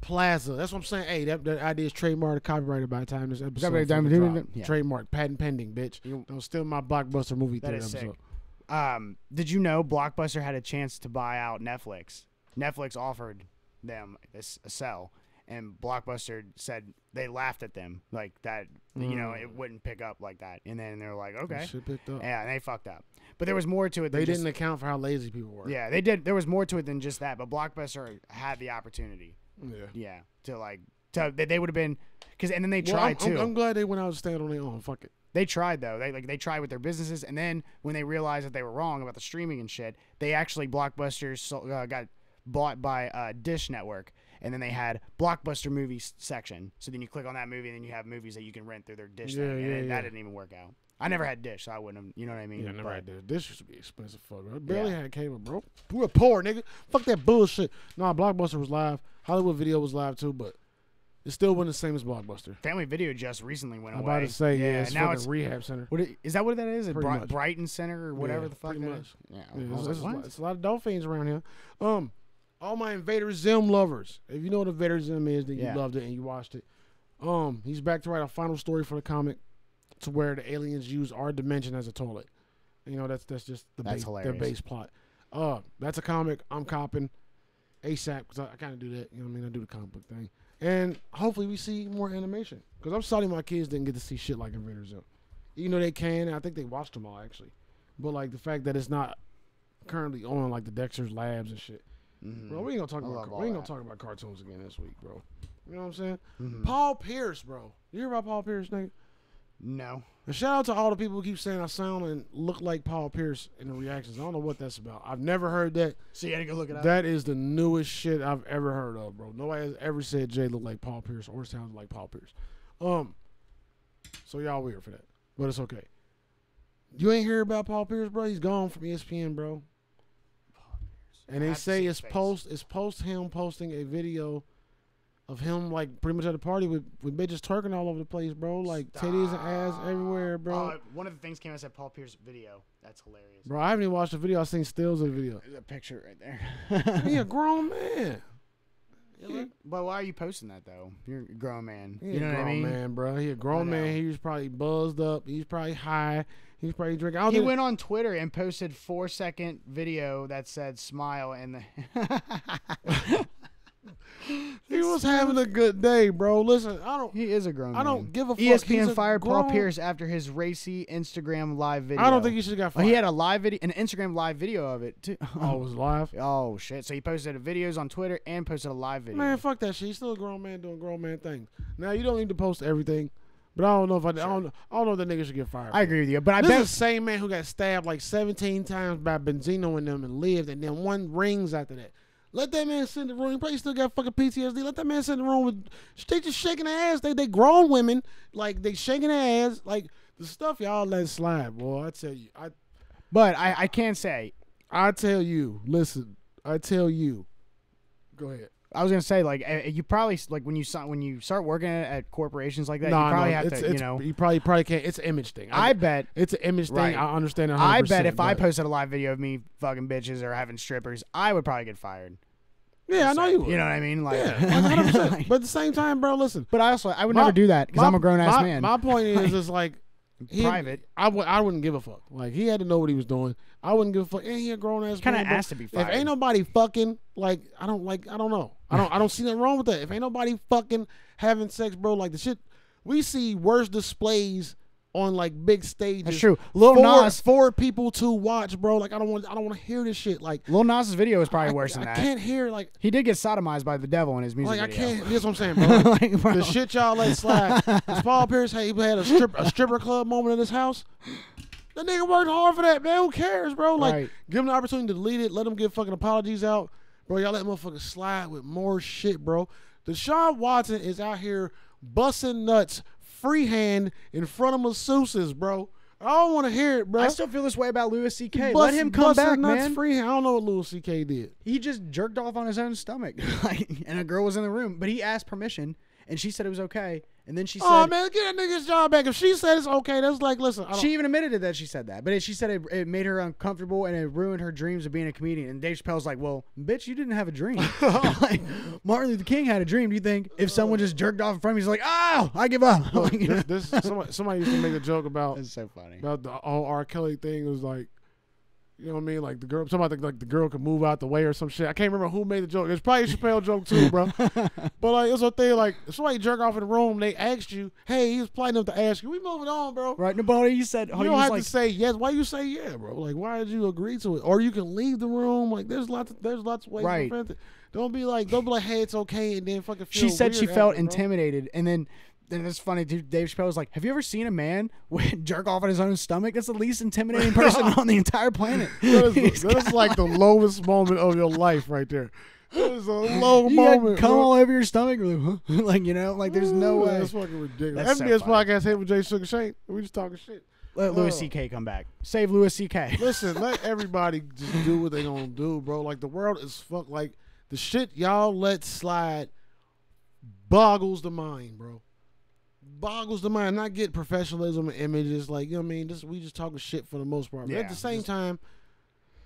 B: plaza. That's what I'm saying. Hey, that, that idea is trademarked, copyrighted by the time this episode
A: Copyrighted,
B: fucking
A: diamond,
B: drop.
A: yeah.
B: trademark, patent pending, bitch.
A: You-
B: Don't steal my blockbuster movie
A: That
B: theater
A: is
B: episode.
A: sick. Um, did you know Blockbuster had a chance to buy out Netflix? Netflix offered them this a sell, and Blockbuster said they laughed at them like that. You know, it wouldn't pick up like that. And then they're like,
B: That
A: okay,
B: Hmm. Oh, shit picked up.
A: yeah, and they fucked up. But there was more to it. Than
B: They
A: just,
B: didn't account for how lazy people were.
A: Yeah, they did. There was more to it than just that. But Blockbuster had the opportunity.
B: yeah.
A: Yeah, to like to they, they would have been because and then they
B: Well, I'm,
A: tried
B: I'm-
A: too.
B: I'm glad they went out and stand on their own. Fuck it.
A: They tried though. They like they tried with their businesses, and then when they realized that they were wrong about the streaming and shit, they actually Blockbuster so, uh, got bought by uh, Dish Network, and then they had Blockbuster movies section. So then you click on that movie, and then you have movies that you can rent through their Dish.
B: Yeah,
A: thing, and
B: yeah,
A: it-
B: yeah.
A: That didn't even work out. I never had Dish, so I wouldn't. have, You know what I mean?
B: Yeah, never
A: But-
B: had this. This used to be expensive, fuck. Bro. I barely
A: Yeah.
B: had cable, bro. We were poor, nigga. Fuck that bullshit. Nah, Blockbuster was live. Hollywood Video was live too, but it still wasn't the same as Blockbuster.
A: Family Video just recently went
B: I'm
A: away.
B: about to say, yeah,
A: yeah
B: it's
A: now
B: fucking
A: it's
B: rehab center.
A: what i- is that? What that is?
B: Pretty
A: Bri-
B: much.
A: Brighton Center or whatever
B: Yeah,
A: the fuck.
B: pretty
A: that
B: much.
A: is? Yeah, I
B: Yeah,
A: was like,
B: there's, there's a
A: what?
B: lot, there's a lot of dolphins around here. Um, all my Invader Zim lovers, if you know what Invader Zim is, then
A: Yeah.
B: you loved it and you watched it. Um, he's back to write a final story for the comic, to where the aliens use our dimension as a toilet. You know, that's that's just the
A: That's
B: base, their
A: hilarious.
B: base plot. Uh, that's a comic. I'm copping ASAP because I, I kind of do that. You know what I mean? I do the comic book thing, and hopefully we see more animation. Because I'm sorry my kids didn't get to see shit like Invader Zim. You know they can. and I think they watched them all actually, but like the fact that it's not currently on like the Dexter's Labs and shit. Bro, we ain't gonna talk
A: Mm-hmm. I
B: about
A: love
B: car-
A: all
B: we ain't gonna
A: that. Mm-hmm.
B: talk about cartoons again this week, bro. You know what I'm saying? Paul Pierce, bro. You hear about Paul Pierce, nigga?
A: No,
B: And shout out to all the people who keep saying I sound and look like Paul Pierce in the reactions. I don't know what that's about. I've never heard that.
A: so you gotta go look it up.
B: That is the newest shit I've ever heard of, bro. Nobody has ever said Jay looked like Paul Pierce or sounded like Paul Pierce. Um, so y'all weird for that, but it's okay. You ain't hear about Paul Pierce, bro? He's gone from E ESPN, bro. And
A: I
B: they
A: have to
B: say
A: see
B: it's
A: his face.
B: post it's post him posting a video of him like pretty much at a party with, with bitches twerking all over the place, bro. Like titties and ass everywhere, bro.
A: Uh, one of the things came out said Paul Pierce video. That's hilarious.
B: bro, I haven't even watched the video. I seen stills of the video.
A: There's a picture right there.
B: He a grown man.
A: but why are you posting that though? You're a grown man.
B: He
A: you know
B: a
A: what I
B: grown
A: mean?
B: man, bro. He a grown
A: I
B: man.
A: know.
B: He was probably buzzed up. He's probably high. He's probably drinking. I don't
A: He
B: think-
A: went on Twitter and posted four second video that said smile and the
B: he was having a good day, bro. Listen, I don't.
A: he is a grown man.
B: I
A: E
B: don't give a fuck. He's
A: ESPN
B: a
A: fired Paul
B: grown-
A: Pierce after his racy Instagram live video.
B: I don't think he should have got
A: Oh,
B: fired.
A: he had a live video, an Instagram live video of it too.
B: oh, it was live.
A: Oh shit! So he posted videos on Twitter and posted a live video.
B: Man, fuck that shit. He's still a grown man doing grown man things. Now you don't need to post everything, but I don't know if I, I don't. I don't know if that nigga should get fired.
A: I agree with you, but I
B: this
A: bet
B: is the same man who got stabbed like 17 times by Benzino and them and lived, and then one rings after that. Let that man sit in the room. He probably still got fucking PTSD. Let that man sit in the room with they just shaking their ass. They they grown women like they shaking their ass like the stuff y'all let slide, boy. I tell you, I
A: But I, I can say,
B: I tell you. Listen, I tell you. Go ahead.
A: I was gonna say like eh, you probably s- like when you start when you start working at- at corporations like that,
B: Nah,
A: you probably
B: no,
A: have
B: it's,
A: to
B: it's,
A: you know.
B: you probably probably can't. It's an image thing.
A: I bet
B: it's an image thing.
A: Right.
B: I understand. 100%,
A: I bet if I
B: but-
A: posted a live video of me fucking bitches or having strippers, I would probably get fired.
B: yeah, I know you would.
A: You know what I mean? Like,
B: yeah, one hundred percent. But at the same time, bro, listen.
A: but I also I would
B: My-
A: never do that because
B: my-
A: I'm a grown ass
B: my-
A: man.
B: My point is, is like he,
A: Private.
B: I w- I wouldn't give a fuck. Like he had to know what he was doing. I wouldn't give a fuck. And he a grown ass.
A: Kinda
B: man, bro.
A: asked to be
B: If ain't
A: fired.
B: nobody fucking, like I don't like. I don't know. I don't. I don't see nothing wrong with that. If ain't nobody fucking having sex, bro, like the shit we see worse displays on like big stages.
A: That's true. Lil
B: for,
A: Nas-
B: for people to watch, bro. Like I don't want. I don't want to hear this shit. Like
A: Lil Nas's video is probably
B: I-
A: worse than
B: I
A: that.
B: can't hear like
A: He did get sodomized by the devil in his music
B: like I
A: video.
B: can't. That's what I'm saying, bro. Like,
A: Like, bro.
B: the shit y'all let slide. 'Cause Paul Pierce had, he had a strip a stripper club moment in his house. The nigga worked hard for that, man. Who cares, bro? Like,
A: Right.
B: give him the opportunity to delete it. Let him give fucking apologies out, bro. Y'all let motherfuckers slide with more shit, bro. Deshaun Watson is out here busting nuts freehand in front of masseuses, bro. I don't want to hear it, bro.
A: I still feel this way about Louis C.K.
B: Bust-
A: Let him come
B: busting
A: back,
B: nuts
A: man.
B: Freehand. I don't know what Louis C.K. did.
A: he just jerked off on his own stomach, like, and a girl was in the room, but he asked permission, and she said it was okay, and then she said.
B: Oh man, get that nigga's job back. If she said it's okay, that's like, listen, I don't,
A: she even admitted that she said that, but it, she said it, it made her uncomfortable and it ruined her dreams of being a comedian. And Dave Chappelle's like, "Well, bitch, you didn't have a dream. like, Martin Luther King had a dream. Do you think if someone just jerked off in front of me, he's like, oh, I give up.' Like, you know?
B: this, this somebody, somebody used to make a joke about
A: That's so funny.
B: about the whole R. Kelly thing. It was like, you know what I mean? Like the girl, somebody like the girl could move out the way or some shit. I can't remember who made the joke. It's probably a Chappelle joke too, bro. but like it's a thing. Like if somebody jerk off in the room, they asked you, "Hey, he was polite enough to ask you. We moving on, bro."
A: Right? Nobody said. Oh,
B: You
A: he
B: don't
A: was
B: have
A: like,
B: to say yes. Why you say yeah, bro? Like, why did you agree to it? Or you can leave the room. Like, there's lots. Of, there's lots of ways. to
A: Right.
B: prevent it. Don't be like. Don't be like, hey, it's okay, and then fucking. Feel
A: she said she
B: weird
A: felt
B: after, bro.
A: intimidated, and then then it's funny. Dude, Dave Chappelle was like, "Have you ever seen a man jerk off on his own stomach? That's the least intimidating person on the entire planet."
B: That
A: He's
B: is, that is like the lowest moment of your life right there. That is a low
A: you got
B: moment.
A: cum
B: bro.
A: all over your stomach, like, huh? like you know, like there's no
B: Ooh,
A: way.
B: That's fucking ridiculous.
A: That's so
B: FBS
A: funny.
B: podcast, hey with Jay Sugar Shane. We just talking shit.
A: Let Louis
B: Oh.
A: C.K. come back. Save Louis C.K.
B: Listen, let everybody just do what they gonna do, bro. Like the world is fuck. Like the shit y'all let slide boggles the mind, bro. Boggles the mind. And I get professionalism and images. Like you know what I mean. This we just talking shit for the most part. But
A: Yeah,
B: at the same
A: just-
B: time,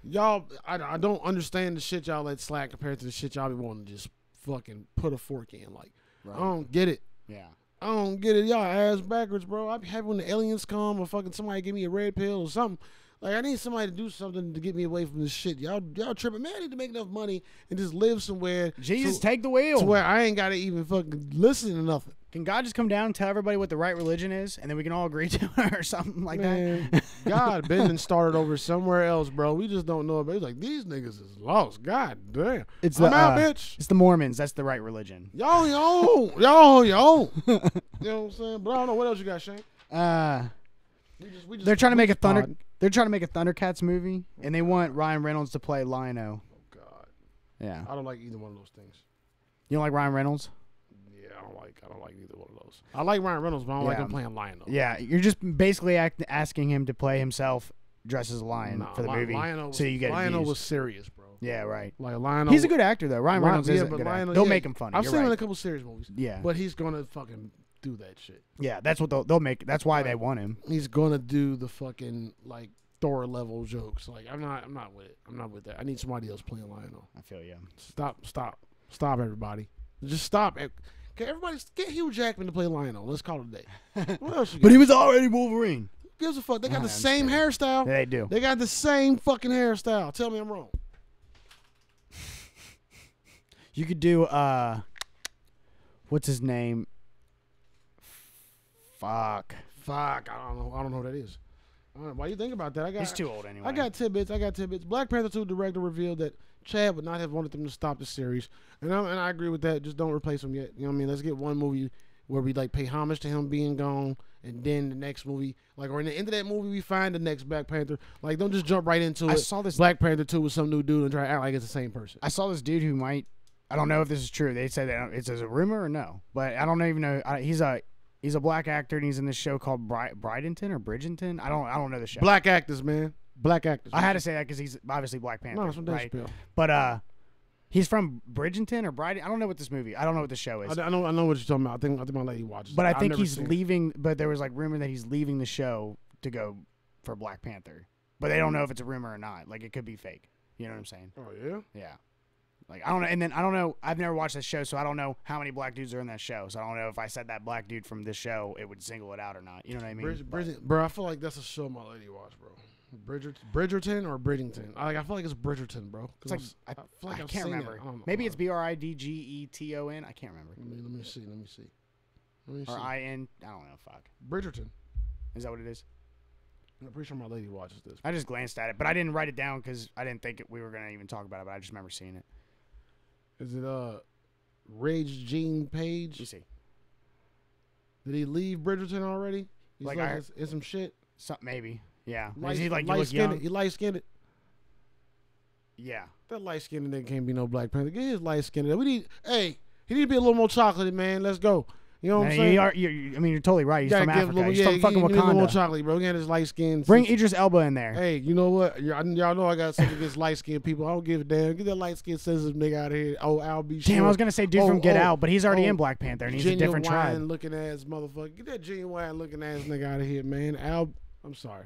B: y'all, I, I don't understand the shit y'all let slide compared to the shit y'all be wanting to just fucking put a fork in. Like I don't get it.
A: Yeah.
B: I don't get it. Y'all ass backwards, bro. I'd be happy when the aliens come or fucking somebody give me a red pill or something. Like I need somebody to do something to get me away from this shit. Y'all y'all tripping. Man, I need to make enough money and just live somewhere
A: Jesus,
B: to,
A: take the wheel.
B: to where I ain't gotta even fucking listen to nothing.
A: Can God just come down and tell everybody what the right religion is, and then we can all agree to it or something like
B: Man,
A: that?
B: God been and started over somewhere else, bro. We just don't know about it. It's like these niggas is lost. God damn.
A: It's
B: I'm
A: the,
B: out,
A: uh,
B: bitch.
A: It's the Mormons. That's the right religion.
B: Y'all on your own. Y'all on your own. you know what I'm saying? But I don't know what else you got, Shane.
A: Uh,
B: We just, we just,
A: they're trying to make a thunder.
B: pod.
A: They're trying to make a Thundercats movie, and they want Ryan Reynolds to play Lino.
B: Oh, God,
A: Yeah.
B: I don't like either one of those things.
A: You don't like Ryan Reynolds?
B: Yeah, I don't like I don't like either one of those. I like Ryan Reynolds, but I don't like
A: Yeah.
B: him playing Lionel.
A: Yeah. You're just basically act- asking him to play himself dressed as a lion
B: Nah,
A: for the
B: Li-
A: movie,
B: Lionel was,
A: so you get
B: Lionel
A: views.
B: was serious, bro.
A: yeah, right.
B: Like Lionel,
A: He's a good actor though. Ryan
B: Lion-
A: Reynolds
B: yeah,
A: is a
B: but
A: good actor.
B: Lionel-
A: They'll
B: yeah,
A: make him funny.
B: I've
A: You're
B: seen him in
A: right.
B: a couple serious movies.
A: Yeah.
B: but he's gonna fucking do that shit.
A: Yeah, that's what they'll, they'll make. That's why they want him.
B: He's gonna do the fucking like Thor level jokes. Like I'm not, I'm not with it. I'm not with that. I need somebody else playing Lionel.
A: I feel you.
B: Stop, stop, stop, everybody. Just stop. it. Okay, everybody, get Hugh Jackman to play Lionel. Let's call it a day. What else? You got?
A: But he was already Wolverine.
B: Who gives a fuck? They got
A: I
B: the same hairstyle.
A: Yeah, they do.
B: They got the same fucking hairstyle. Tell me I'm wrong.
A: You could do uh, what's his name? Fuck.
B: Fuck, I don't know. I don't know who that is. All right, why you think about that? I got.
A: He's too old anyway.
B: I got tidbits. I got tidbits. Black Panther 2 director revealed that Chad would not have wanted them to stop the series, and I, and I agree with that. Just don't replace him yet. You know what I mean? Let's get one movie where we like pay homage to him being gone, and then the next movie, like, or in the end of that movie, we find the next Black Panther. Like, don't just jump right into it.
A: I saw this.
B: Black Panther 2 with some new dude and try to act like it's the same person.
A: I saw this dude who might. I don't know if this is true. They said that it's as a rumor or no, but I don't even know. I, he's a he's a black actor and he's in this show called Bri- Bridenton or Bridgenton. I don't I don't know the show.
B: Black actors, man. Black actors.
A: I had to say that because he's obviously Black Panther,
B: no, it's from Dave
A: right?
B: Chappelle.
A: But uh, He's from Bridgerton or Brighton. I don't know what this movie. I don't know what the show is.
B: I, I know, I know what you're talking about. I think, I think my lady watches.
A: But
B: it.
A: I
B: I've
A: think
B: never
A: he's
B: seen it.
A: leaving. But there was like rumor that he's leaving the show to go for Black Panther. But they don't
B: Mm.
A: know if it's a rumor or not. Like it could be fake. You know what I'm saying?
B: Oh yeah.
A: Yeah. Like I don't know. And then I don't know. I've never watched that show, so I don't know how many black dudes are in that show. So I don't know if I said that black dude from this show, it would single it out or not. You know what I mean?
B: Bridget,
A: But-
B: Bridget, bro, I feel like that's a show my lady watched, bro. Bridger, Bridgerton or Bridgington? I, like, I feel like it's Bridgerton, bro. 'cause
A: It's like
B: I've-
A: I,
B: feel
A: I
B: I've
A: can't
B: seen it.
A: remember.
B: I don't know
A: Maybe
B: why.
A: it's B R I D G E T O N. I can't remember.
B: Let me, let me see. Let me see. Let me see.
A: Or I N. I don't know. Fuck.
B: Bridgerton.
A: Is that what it is?
B: I'm pretty sure my lady watches this.
A: I just glanced at it, but I didn't write it down because I didn't think it, we were gonna even talk about it. But I just remember seeing it.
B: Is it uh, Rage Jean
A: You
B: Page?
A: see,
B: Did he leave Bridgerton already? He's
A: Like,
B: like,
A: I-
B: it's, it's some shit.
A: some, maybe. Yeah.
B: Light,
A: is he like you
B: light
A: look
B: skinned.
A: young?
B: He light skinned.
A: Yeah.
B: That light skinned nigga can't be no Black Panther. Get his light skinned. We need. Hey, he need to be a little more chocolatey, man. Let's go. You know what
A: Man,
B: I'm
A: you
B: saying?
A: are- you- you- I mean, you're totally right. He's
B: Gotta
A: from
B: give a
A: Africa.
B: little-
A: He's
B: yeah,
A: from fucking
B: give me a little more
A: Wakanda.
B: chocolate, bro. We had his light skin.
A: Bring Idris Elba in there.
B: Hey, you know what? Y'all, y'all know I got something against light skinned people. I don't give a damn. Get that light skinned sensitive nigga out of here. Oh, Al B.
A: Damn,
B: Sure.
A: I was gonna say dude from
B: Oh,
A: Get
B: oh,
A: Out, but he's already
B: oh,
A: in Black Panther and he's a
B: genuine
A: different tribe.
B: looking ass motherfucker. Get that genuine looking ass nigga out of here, man. Al, I'm sorry.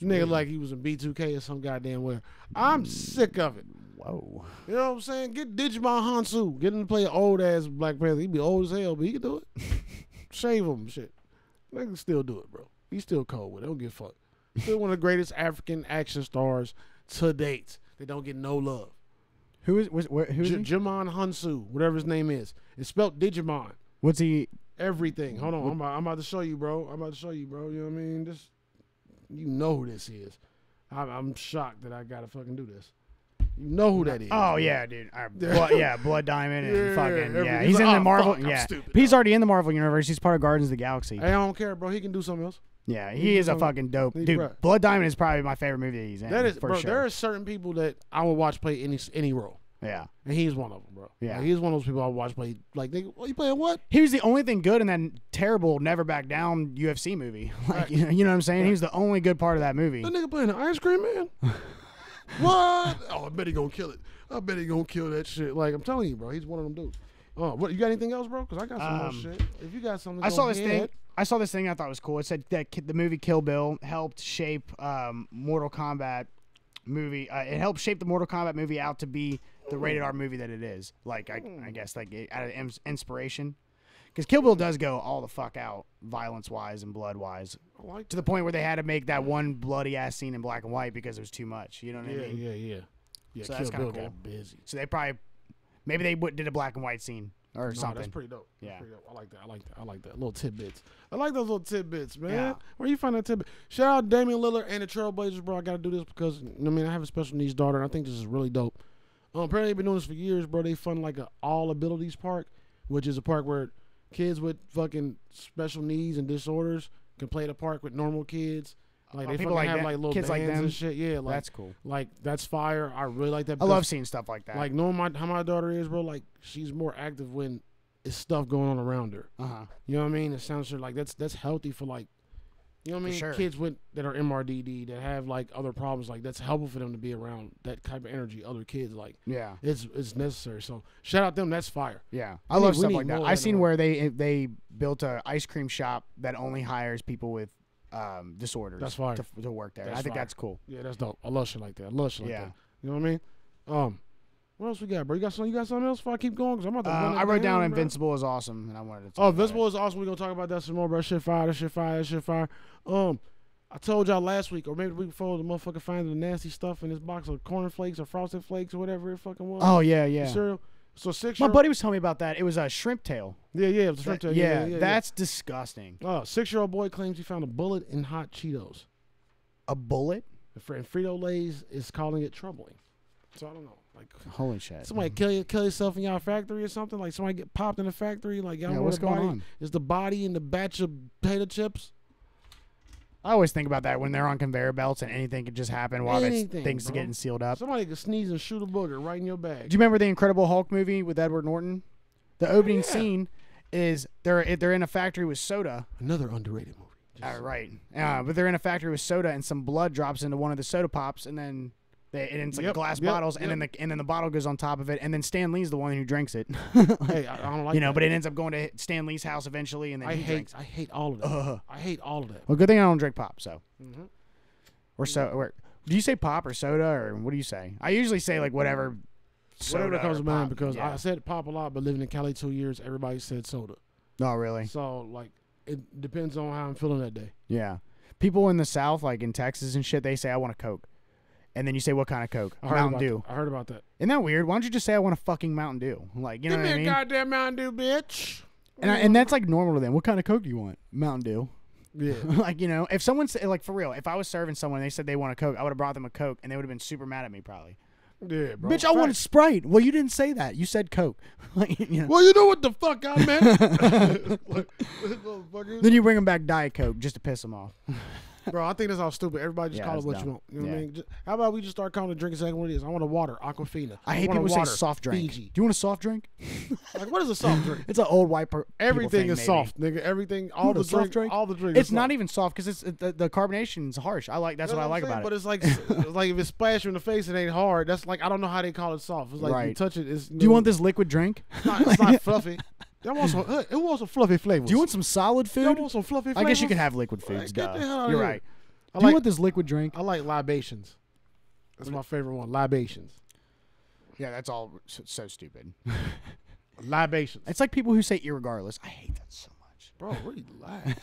B: Nigga, like he was in B2K or some goddamn where. I'm sick of it.
A: Whoa.
B: You know what I'm saying? Get Digimon Hansu. Get him to play old ass Black Panther. he be old as hell, but he can do it. Shave him, shit. They can still do it, bro. He's still cold with it. Don't give a fuck. Still one of the greatest African action stars to date. They don't get no love.
A: Who is? Was, where, who is
B: J-
A: he?
B: Jimon Hansu, whatever his name is. It's spelled Digimon.
A: What's he?
B: Everything. Hold on. I'm about, I'm about to show you, bro. I'm about to show you, bro. You know what I mean? This, you know who this is. I'm, I'm shocked that I gotta fucking do this. You know who that is.
A: Oh
B: bro.
A: yeah, dude. Uh, blood, yeah, Blood Diamond and
B: Yeah,
A: fucking yeah.
B: everything.
A: He's,
B: He's
A: in
B: like,
A: the
B: "Oh,
A: Marvel.
B: fuck, I'm
A: yeah,
B: stupid
A: But he's already in the Marvel universe. He's part of Guardians of the Galaxy.
B: Hey, I don't care, bro. He can do something else.
A: yeah, he is a fucking dope
B: He
A: dude.
B: bruh.
A: Blood Diamond is probably my favorite movie that he's in.
B: That is,
A: for
B: bro.
A: Sure.
B: There are certain people that I would watch play any any role,
A: yeah,
B: and he's one of them, bro.
A: Yeah.
B: Like, he's one of those people I would watch play. Like, nigga, well, you playing what?
A: he was the only thing good in that terrible Never Back Down UFC movie. Like you, know, you know what I'm saying? He was the only good part of that movie.
B: That nigga playing the ice cream man. what? Oh, I bet he gonna kill it. I bet he gonna kill that shit. Like, I'm telling you, bro. He's one of them dudes. Oh, what? You got anything else, bro? Cause I got some
A: Um,
B: more shit. If you got something,
A: I
B: go
A: saw this thing.
B: ahead.
A: I saw this thing I thought was cool. It said that ki- the movie Kill Bill helped shape um, Mortal Kombat movie. Uh, it helped shape the Mortal Kombat movie out to be the rated R movie that it is. Like I,
B: Hmm.
A: I guess like it, out of ins- inspiration, because Kill Bill does go all the fuck out violence wise and blood wise
B: I like
A: to the point where they had to make that one bloody ass scene in black and white because it was too much. You know what
B: Yeah,
A: I mean?
B: yeah, yeah. Yeah,
A: So
B: Kill
A: that's kinda
B: Bill
A: cool.
B: got busy.
A: So they probably maybe they would, did a black and white scene or
B: No,
A: something.
B: that's pretty dope. That's
A: Yeah.
B: pretty dope. I like that. I like that. I like that. Little tidbits. I like those little tidbits, man.
A: Yeah.
B: Where you find that tidbit? Shout out Damian Lillard and the Trailblazers, bro. I gotta do this because you know, I mean I have a special needs daughter, and I think this is really dope. Um, apparently they've been doing this for years, bro. They fund like a all abilities park, which is a park where kids with fucking special needs and disorders can play at a park with normal kids. Like
A: Oh,
B: they
A: people
B: fucking
A: like
B: have
A: that-
B: like little
A: kids like
B: bands
A: them?
B: and shit. Yeah, like
A: That's cool.
B: Like that's fire. I really like that.
A: I
B: because-
A: love seeing stuff like that.
B: like knowing my how my daughter is, bro. Like she's more active when it's stuff going on around her.
A: uh huh.
B: You know what I mean? It sounds like that's that's healthy for like, you know what I mean?
A: sure.
B: Kids with that are MRDD that have like other problems. Like that's helpful for them to be around that type of energy. Other kids like
A: Yeah.
B: it's it's necessary. So shout out them. That's fire.
A: Yeah, I love
B: We need- we
A: stuff
B: need
A: like that.
B: more
A: I
B: of
A: seen
B: that.
A: where they eh, they built a ice cream shop that only hires people with um, disorders
B: That's fire.
A: To, to work there.
B: That's
A: I think
B: fire.
A: that's cool.
B: Yeah, that's dope. I love shit like that. I love shit like
A: Yeah.
B: that. You know what I mean? Um, what else we got, bro? You got some? You got something else? Before I keep going, because I'm about to.
A: Uh,
B: run it
A: I wrote down
B: bro.
A: Invincible is awesome, and I wanted to. Talk
B: Oh,
A: about
B: Invincible is awesome. We're gonna talk about that some more, bro. Shit fire, that shit fire, that shit fire. Um, I told y'all last week, or maybe the week before, the motherfucker finding the nasty stuff in this box of cornflakes or frosted flakes or whatever it fucking was.
A: It. Oh yeah, yeah.
B: cereal. So six.
A: My buddy was telling me about that. It was a shrimp tail.
B: Yeah, yeah, it was shrimp tail.
A: yeah,
B: yeah, yeah,
A: that's disgusting.
B: Yeah. Oh, six-year-old boy claims he found a bullet in hot Cheetos.
A: A bullet?
B: And Fr- and Frito Lay's is calling it troubling. So I don't know, like.
A: Holy shit!
B: Somebody kill you, kill yourself in y'all factory or something. Like somebody get popped in the factory. Like y'all
A: Yeah,
B: know
A: what's
B: the
A: going
B: body-
A: on?
B: Is the body in the batch of potato chips?
A: I always think about that when they're on conveyor belts and anything could just happen while it's-
B: Anything,
A: things are
B: bro.
A: getting sealed up.
B: Somebody could sneeze and shoot a booger right in your bag.
A: Do you remember the Incredible Hulk movie with Edward Norton? The opening
B: yeah.
A: scene is they're eh, they're in a factory with soda.
B: Another underrated movie.
A: Uh, right. Uh, but they're in a factory with soda, and some blood drops into one of the soda pops, and then They, and it's like
B: Yep,
A: glass
B: yep,
A: bottles, and then the
B: yep.
A: and then the bottle goes on top of it, and then Stan Lee's the one who drinks it.
B: Hey, I, I don't like
A: you know,
B: that.
A: but it ends up going to Stan Lee's house eventually, and then
B: I
A: he
B: hate
A: drinks.
B: I hate all of that.
A: Ugh.
B: I hate all of that.
A: Well, good thing I don't drink pop. So,
B: Mhm.
A: or so, or do you say pop or soda or what do you say? I usually say like whatever.
B: Whatever
A: soda
B: comes
A: or
B: to mind
A: pop,
B: because
A: yeah.
B: I said pop a lot, but living in Cali two years, everybody said soda.
A: No, really.
B: So like it depends on how I'm feeling that day.
A: Yeah. People in the South, like in Texas and shit, they say I want a Coke, and then you say what kind of Coke?
B: I heard
A: Mountain
B: about
A: Dew.
B: That. I heard about that.
A: Isn't that weird? Why don't you just say I want a fucking Mountain Dew? Like you know what
B: Give me
A: I
B: a
A: mean?
B: goddamn Mountain Dew, bitch.
A: and I, and that's like normal to them. What kind of Coke do you want? Mountain Dew.
B: Yeah.
A: like you know, if someone said like for real, if I was serving someone and they said they want a Coke, I would have brought them a Coke, and they would have been super mad at me probably.
B: Yeah, bro.
A: Bitch, I wanted
B: Facts.
A: Sprite. Well, you didn't say that. You said Coke. like, you know.
B: Well, you know what the fuck I meant, Look, this motherfucker.
A: Then you bring them back Diet Coke just to piss them off.
B: bro. I think that's all stupid. Everybody just
A: Yeah,
B: call it
A: that's dumb.
B: what you want. You know what I
A: Yeah.
B: mean? Just, how about we just start calling the drink exactly what it is? I want a water, Aquafina.
A: I hate
B: want a
A: people say
B: water,
A: soft drink.
B: Fiji.
A: Do you want a soft drink?
B: Like, what is a soft drink?
A: It's an old white per- people
B: Everything
A: thing,
B: is
A: maybe.
B: soft, nigga. Everything, all
A: want
B: the
A: a soft
B: drink,
A: drink?
B: all the drink.
A: It's not even soft because it's the, the carbonation's harsh. I like that's what I like about
B: But
A: it.
B: it's like, it's like if it splash you in the face, it ain't hard. That's like I don't know how they call it soft. It's like you
A: Right.
B: touch it. It's,
A: Do you want this liquid drink?
B: It's not, it's not fluffy. Y'all want some? uh, Who wants some fluffy flavors?
A: Do you want some solid
B: Y'all
A: food?
B: want some fluffy?
A: I
B: Flavors?
A: guess you can have liquid foods.
B: Like, get
A: duh.
B: the hell out of
A: You're
B: here.
A: right.
B: I
A: Do you
B: like,
A: want this liquid drink?
B: I like libations. That's my favorite one. Libations.
A: Yeah, that's all so, so stupid.
B: Libations.
A: It's like people who say irregardless. I hate that so much.
B: Bro, relax.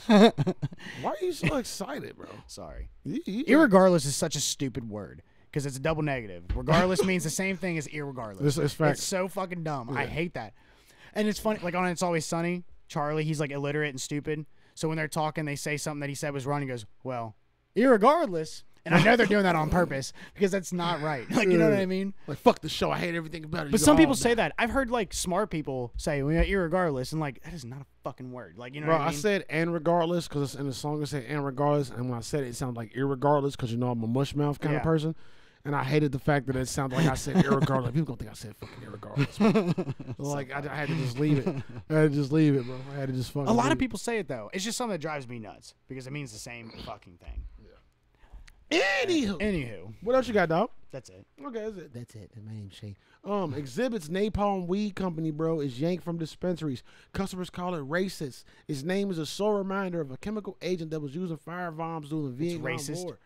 B: Why are you so excited, bro?
A: Sorry.
B: You- you-
A: Irregardless is such a stupid word because it's a double negative. Regardless means the same thing as irregardless.
B: It's- it's fact.
A: so fucking dumb. I hate that. And it's funny, like on It's Always Sunny, Charlie, he's like illiterate and stupid. So when they're talking, they say something that he said was wrong. He goes, "Well, irregardless." And I know they're doing that on purpose because that's not right. Like you know what I mean?
B: like fuck the show. I hate everything about it.
A: But some people say that. I've heard like smart people say, "Well, yeah, irregardless," and like that is not a fucking word. Like you know
B: Bro,
A: what I
B: I
A: mean?
B: said and regardless because in the song it said and regardless, and when I said it, it sounded like irregardless because you know I'm a mush mouth kind
A: Yeah.
B: of person, and I hated the fact that it sounded like I said irregardless. people gonna think I said fucking irregardless. bro. like I, I had to just leave it. I had to just leave it, bro. I had to just fucking.
A: a lot of
B: leave
A: people say it though. It's just something that drives me nuts because it means the same fucking thing.
B: it. Anywho,
A: Anywho,
B: what else you got, dog?
A: that's it.
B: Okay, that's it. That's it. My name's Shane. Um, Exhibits Napalm Weed Company, bro, is yanked from dispensaries. Customers call it racist. Its name is a sore reminder of a chemical agent that was used in firebombs during the Vietnam
A: racist? Oh.
B: War.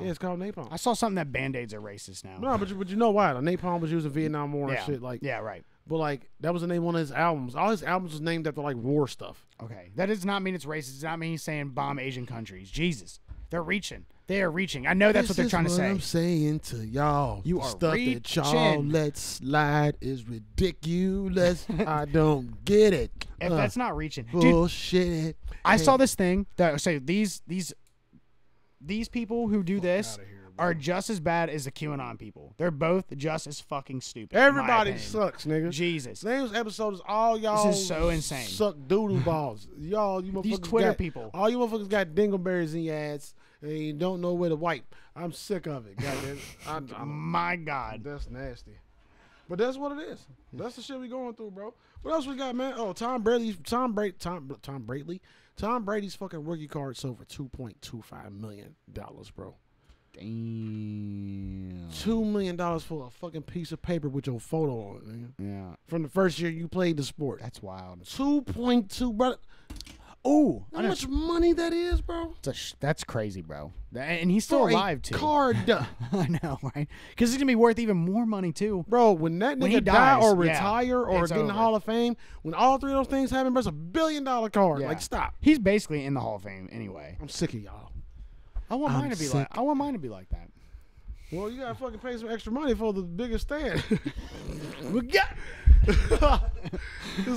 B: Yeah, it's called napalm.
A: I saw something that band aids are racist now.
B: no, but you, but you know why? The napalm was used in Vietnam War
A: yeah.
B: and shit. Like,
A: yeah, right.
B: but like that was the name of one of his albums. All his albums was named after like war stuff.
A: Okay, that does not mean it's racist. It does not mean he's saying bomb Asian countries. Jesus, they're reaching. They are reaching. I know that's what they're
B: is
A: trying to say.
B: I'm saying to y'all,
A: You
B: the
A: are
B: stuff that y'all
A: reaching.
B: let slide is ridiculous. I don't get it.
A: If
B: Uh,
A: that's not reaching, dude,
B: bullshit.
A: I saw this thing that so these these these people who do this are just as bad as the QAnon people. They're both just as fucking stupid. in my
B: Everybody
A: opinion.
B: sucks, nigga.
A: Jesus,
B: Today's episode is all y'all.
A: is so insane.
B: Suck doodle balls, y'all. You
A: These
B: motherfuckers
A: Twitter
B: got-
A: people.
B: All you motherfuckers got dingleberries in your ass, and you don't know where to wipe. I'm sick of it. Goddamn. I, I don't-
A: my God.
B: that's nasty. But that's what it is. That's the shit we going through, bro. What else we got, man? Oh, Tom Brady's Tom Brady Tom Tom Brady Tom Brady's fucking rookie card sold for two point two five million dollars, bro.
A: Damn.
B: Two million dollars for a fucking piece of paper with your photo on it, nigga.
A: Yeah,
B: From the first year you played the sport.
A: Mm. that's wild.
B: Two point two, bro.
A: Oh,
B: How much money that is, bro?
A: That's, a sh- that's crazy, bro. Tha- And he's still
B: For a
A: alive too.
B: Card,
A: I know, right? Because it's gonna be worth even more money too.
B: bro. When that nigga
A: When he
B: die
A: dies,
B: or
A: yeah,
B: retire or
A: it's
B: get in the
A: over.
B: Hall of Fame, when all three of those things happen, bro, it's a billion dollar card.
A: Yeah.
B: Like, stop.
A: He's basically in the Hall of Fame anyway.
B: I'm sick of y'all.
A: I want
B: I'm
A: mine to be
B: sick.
A: like. I want mine to be like that.
B: Well, you gotta fucking pay some extra money for the biggest stand.
A: We got.
B: this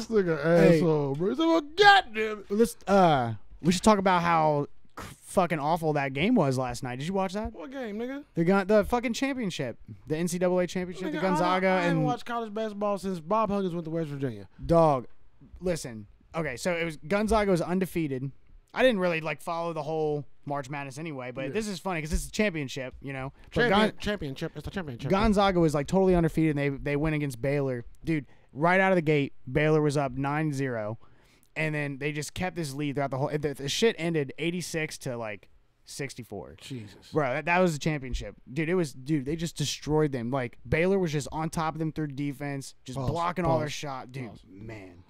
B: nigga
A: Hey.
B: asshole, bro. So, well, goddamn it.
A: Let's. Uh, we should talk about how cr- fucking awful that game was last night. Did you watch that?
B: What game, nigga?
A: The gun, the fucking championship, the NCAA championship,
B: nigga
A: the
B: I don't-
A: Gonzaga
B: I, haven't
A: and
B: watched college basketball since Bob Huggins went to West Virginia.
A: Dog, listen. Okay, so it was Gonzaga was undefeated. I didn't really like follow the whole March Madness anyway, but this is funny because this is a championship, you know. But
B: Champion,
A: Gon-
B: championship. It's the championship.
A: Gonzaga was like totally undefeated. And they they went against Baylor, dude. Right out of the gate, Baylor was up 9-0. and then they just kept this lead throughout the whole. The, the shit ended eighty six to like 64.
B: Jesus.
A: Bro, that, that was the championship. Dude, it was dude, they just destroyed them. Like Baylor was just on top of them through defense, just
B: Pause,
A: blocking all their
B: pause,
A: shot. Dude,
B: pause.
A: man.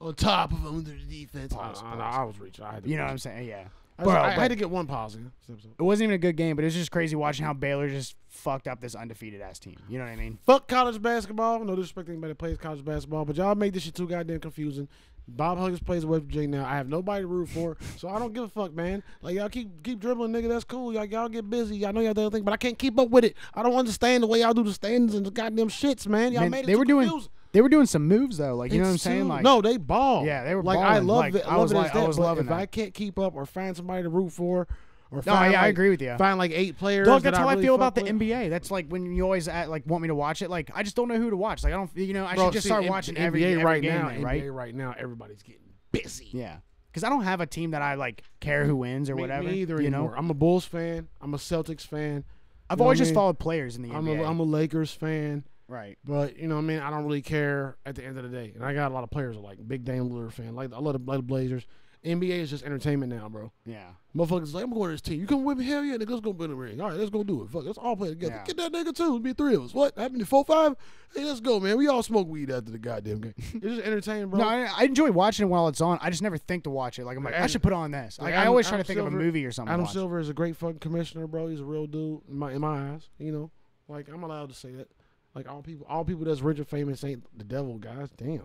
B: On top of them, the defense. I,
A: Pause,
B: I- I-
A: pause.
B: I was reaching. I had to
A: You know what
B: reach.
A: I'm saying? Yeah.
B: I,
A: Bro,
B: I had
A: but-
B: to get one pause in. this episode.
A: It wasn't even a good game, but it was just crazy watching how Baylor just fucked up this undefeated ass team. You know what I mean?
B: Fuck college basketball. No disrespect to anybody that plays college basketball, but y'all made this shit too goddamn confusing. Bob Huggins plays West Virginia now. I have nobody to root for, so I don't give a fuck, man. Like y'all keep keep dribbling, nigga. That's cool. Y'all y'all get busy. Y'all know y'all do other thing, but I can't keep up with it. I don't understand the way y'all do the standings and the goddamn shits, man. Y'all
A: Man,
B: made it
A: they
B: too
A: were doing
B: confusing.
A: they were doing some moves though. Like you know what I'm
B: It's
A: saying?
B: too-
A: Like
B: no, they ball.
A: Yeah, they were
B: like I
A: balling.
B: love
A: Like,
B: it.
A: I was
B: love it
A: like-
B: as
A: I
B: that,
A: was
B: but
A: loving
B: if
A: that.
B: I can't keep up or find somebody to root for, or
A: No,
B: find,
A: yeah, I
B: like-
A: agree with you.
B: Find like eight players.
A: Dog,
B: that
A: that's how
B: really
A: I feel
B: fuck
A: about the
B: with.
A: NBA. That's like when you always at, like want me to watch it. Like I just don't know who to watch. Like I don't, you know, I
B: Bro,
A: should just
B: see,
A: start
B: in-
A: watching
B: NBA
A: every, every
B: right
A: game,
B: now.
A: then, right?
B: NBA right now, everybody's getting busy.
A: Yeah, because I don't have a team that I like care who wins or
B: Me-
A: whatever.
B: Me either
A: you know,
B: anymore. I'm a Bulls fan. I'm a Celtics fan.
A: I've
B: know
A: always
B: what I
A: just
B: mean?
A: followed players in the
B: I'm
A: NBA.
B: a, I'm a Lakers fan.
A: right.
B: But you know, what I mean, I don't really care at the end of the day. And I got a lot of players that like big Dame Lillard fan. Like I love the, like the Blazers. NBA is just entertainment now, bro.
A: Yeah.
B: Motherfuckers like, I'm going to this team. You come with me? Hell yeah, nigga. Let's go win the ring. All right, let's go do it. Fuck, let's all play together.
A: Yeah.
B: Get that nigga too. It'll be three of us. What happened to four five? Hey, let's go, man. We all smoke weed after the goddamn game. it's just entertaining, bro.
A: No, I, I enjoy watching it while it's on. I just never think to watch it. Like I'm like, I
B: And-
A: should put on this. Like,
B: Like,
A: I
B: Adam-
A: always try
B: Adam
A: to think of a
B: Silver-
A: movie or something. to
B: Adam
A: watch.
B: Silver is a great fucking commissioner, bro. He's a real dude in my in my eyes. You know, like I'm allowed to say that. Like all people, all people that's rich and famous ain't the devil, guys. Damn,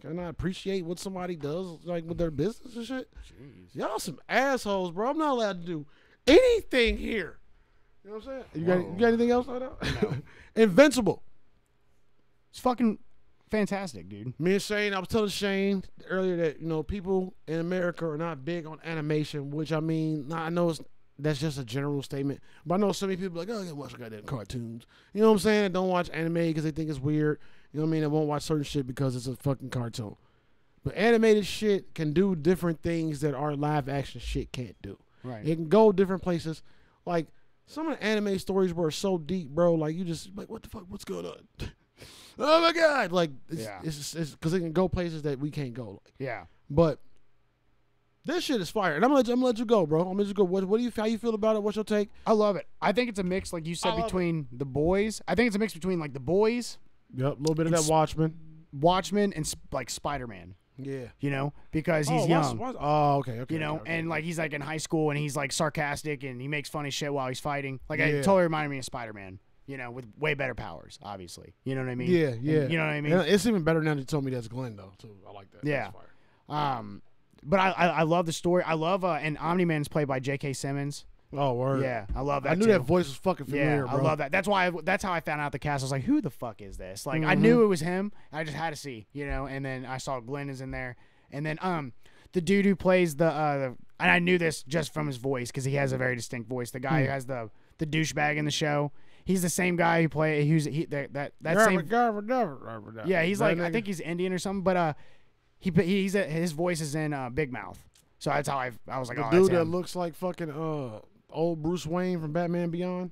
B: can I appreciate what somebody does like with their business and shit? Y'all some assholes, bro. I'm not allowed to do anything here. You know what I'm saying? You got, you got anything else? Right now? Invincible.
A: It's fucking fantastic, dude.
B: Me and Shane, I was telling Shane earlier that you know people in America are not big on animation, which I mean, I know it's that's just a general statement, but I know so many people like, oh, I gotta watch goddamn cartoons. You know what I'm saying? That don't watch anime because they think it's weird. You know what I mean? They won't watch certain shit because it's a fucking cartoon. But animated shit can do different things that our live action shit can't do.
A: Right.
B: It can go different places. Like some of the anime stories were so deep, bro. Like you just like, what the fuck? What's going on? oh my god! Like it's
A: Yeah.
B: it's it's because it can go places that we can't go. Like,
A: yeah.
B: but this shit is fire, and I'm gonna let you, I'm gonna let you go, bro. I'm gonna let you go. What what do you how you feel about it? What's your take?
A: I love it. I think it's a mix, like you said,
B: love it.
A: between the boys. I think it's a mix between like the boys,
B: Yep, a little bit of
A: It's-
B: that Watchmen.
A: Watchmen, and sp- like Spider Man.
B: Yeah.
A: You know, because he's
B: oh,
A: young.
B: Watch- Watch- oh, okay, okay.
A: you know,
B: okay, okay.
A: and like he's like in high school and he's like sarcastic and he makes funny shit while he's fighting. Like it
B: Yeah.
A: totally reminded me of Spider Man, you know, with way better powers, obviously. You know what I mean?
B: yeah,
A: And
B: yeah.
A: you know what I mean?
B: And it's even better now that you told me that's Glenn though. Too, I like that. That's
A: Yeah.
B: fire.
A: Um, but I, I I love the story. I love uh, and Omni Man's played by J.K. Simmons.
B: Oh, word.
A: Yeah, I love that.
B: I knew
A: too.
B: that voice was fucking
A: Yeah,
B: familiar,
A: I
B: bro.
A: love that. That's why. I, that's how I found out the cast. I was like, "Who the fuck is this?" Like, I
B: Mm-hmm.
A: knew it was him. I just had to see, you know. And then I saw Glenn is in there, and then um, the dude who plays the uh, the, and I knew this just from his voice because he has a very distinct voice. The
B: Hmm.
A: guy who has the the douchebag in the show, he's the same guy who play. Who's he? That that, that
B: Gabba,
A: same.
B: gabba, gabba, gabba, gabba.
A: Yeah, he's
B: That
A: like I
B: nigga.
A: think he's Indian or something, but uh, he pa- he's a, his voice is in uh, Big Mouth, so that's how I I was like,
B: the
A: oh,
B: dude
A: that's
B: that
A: him."
B: looks like fucking uh old Bruce Wayne from Batman Beyond.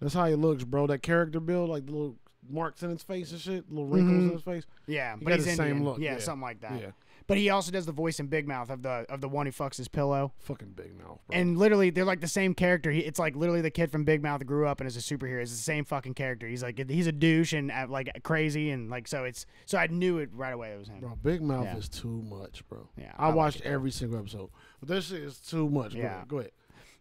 B: That's how he looks, bro. That character build, like the little marks in his face and shit, little wrinkles in his face.
A: yeah, Mm-hmm. but
B: got
A: he's
B: the same
A: Indian.
B: look,
A: yeah,
B: yeah.
A: something like that.
B: Yeah,
A: But he also does the voice in Big Mouth of the of the one who fucks his pillow.
B: fucking big mouth, bro.
A: And literally, they're like the same character. He, it's like literally the kid from Big Mouth grew up and is a superhero. It's the same fucking character. He's like he's a douche and uh, like crazy and like so. It's so I knew it right away. It was him.
B: bro, big mouth
A: Yeah.
B: is too much, bro.
A: Yeah, I
B: I,
A: like
B: watched every single episode, but this shit is too much. Go
A: Yeah.
B: ahead, go ahead.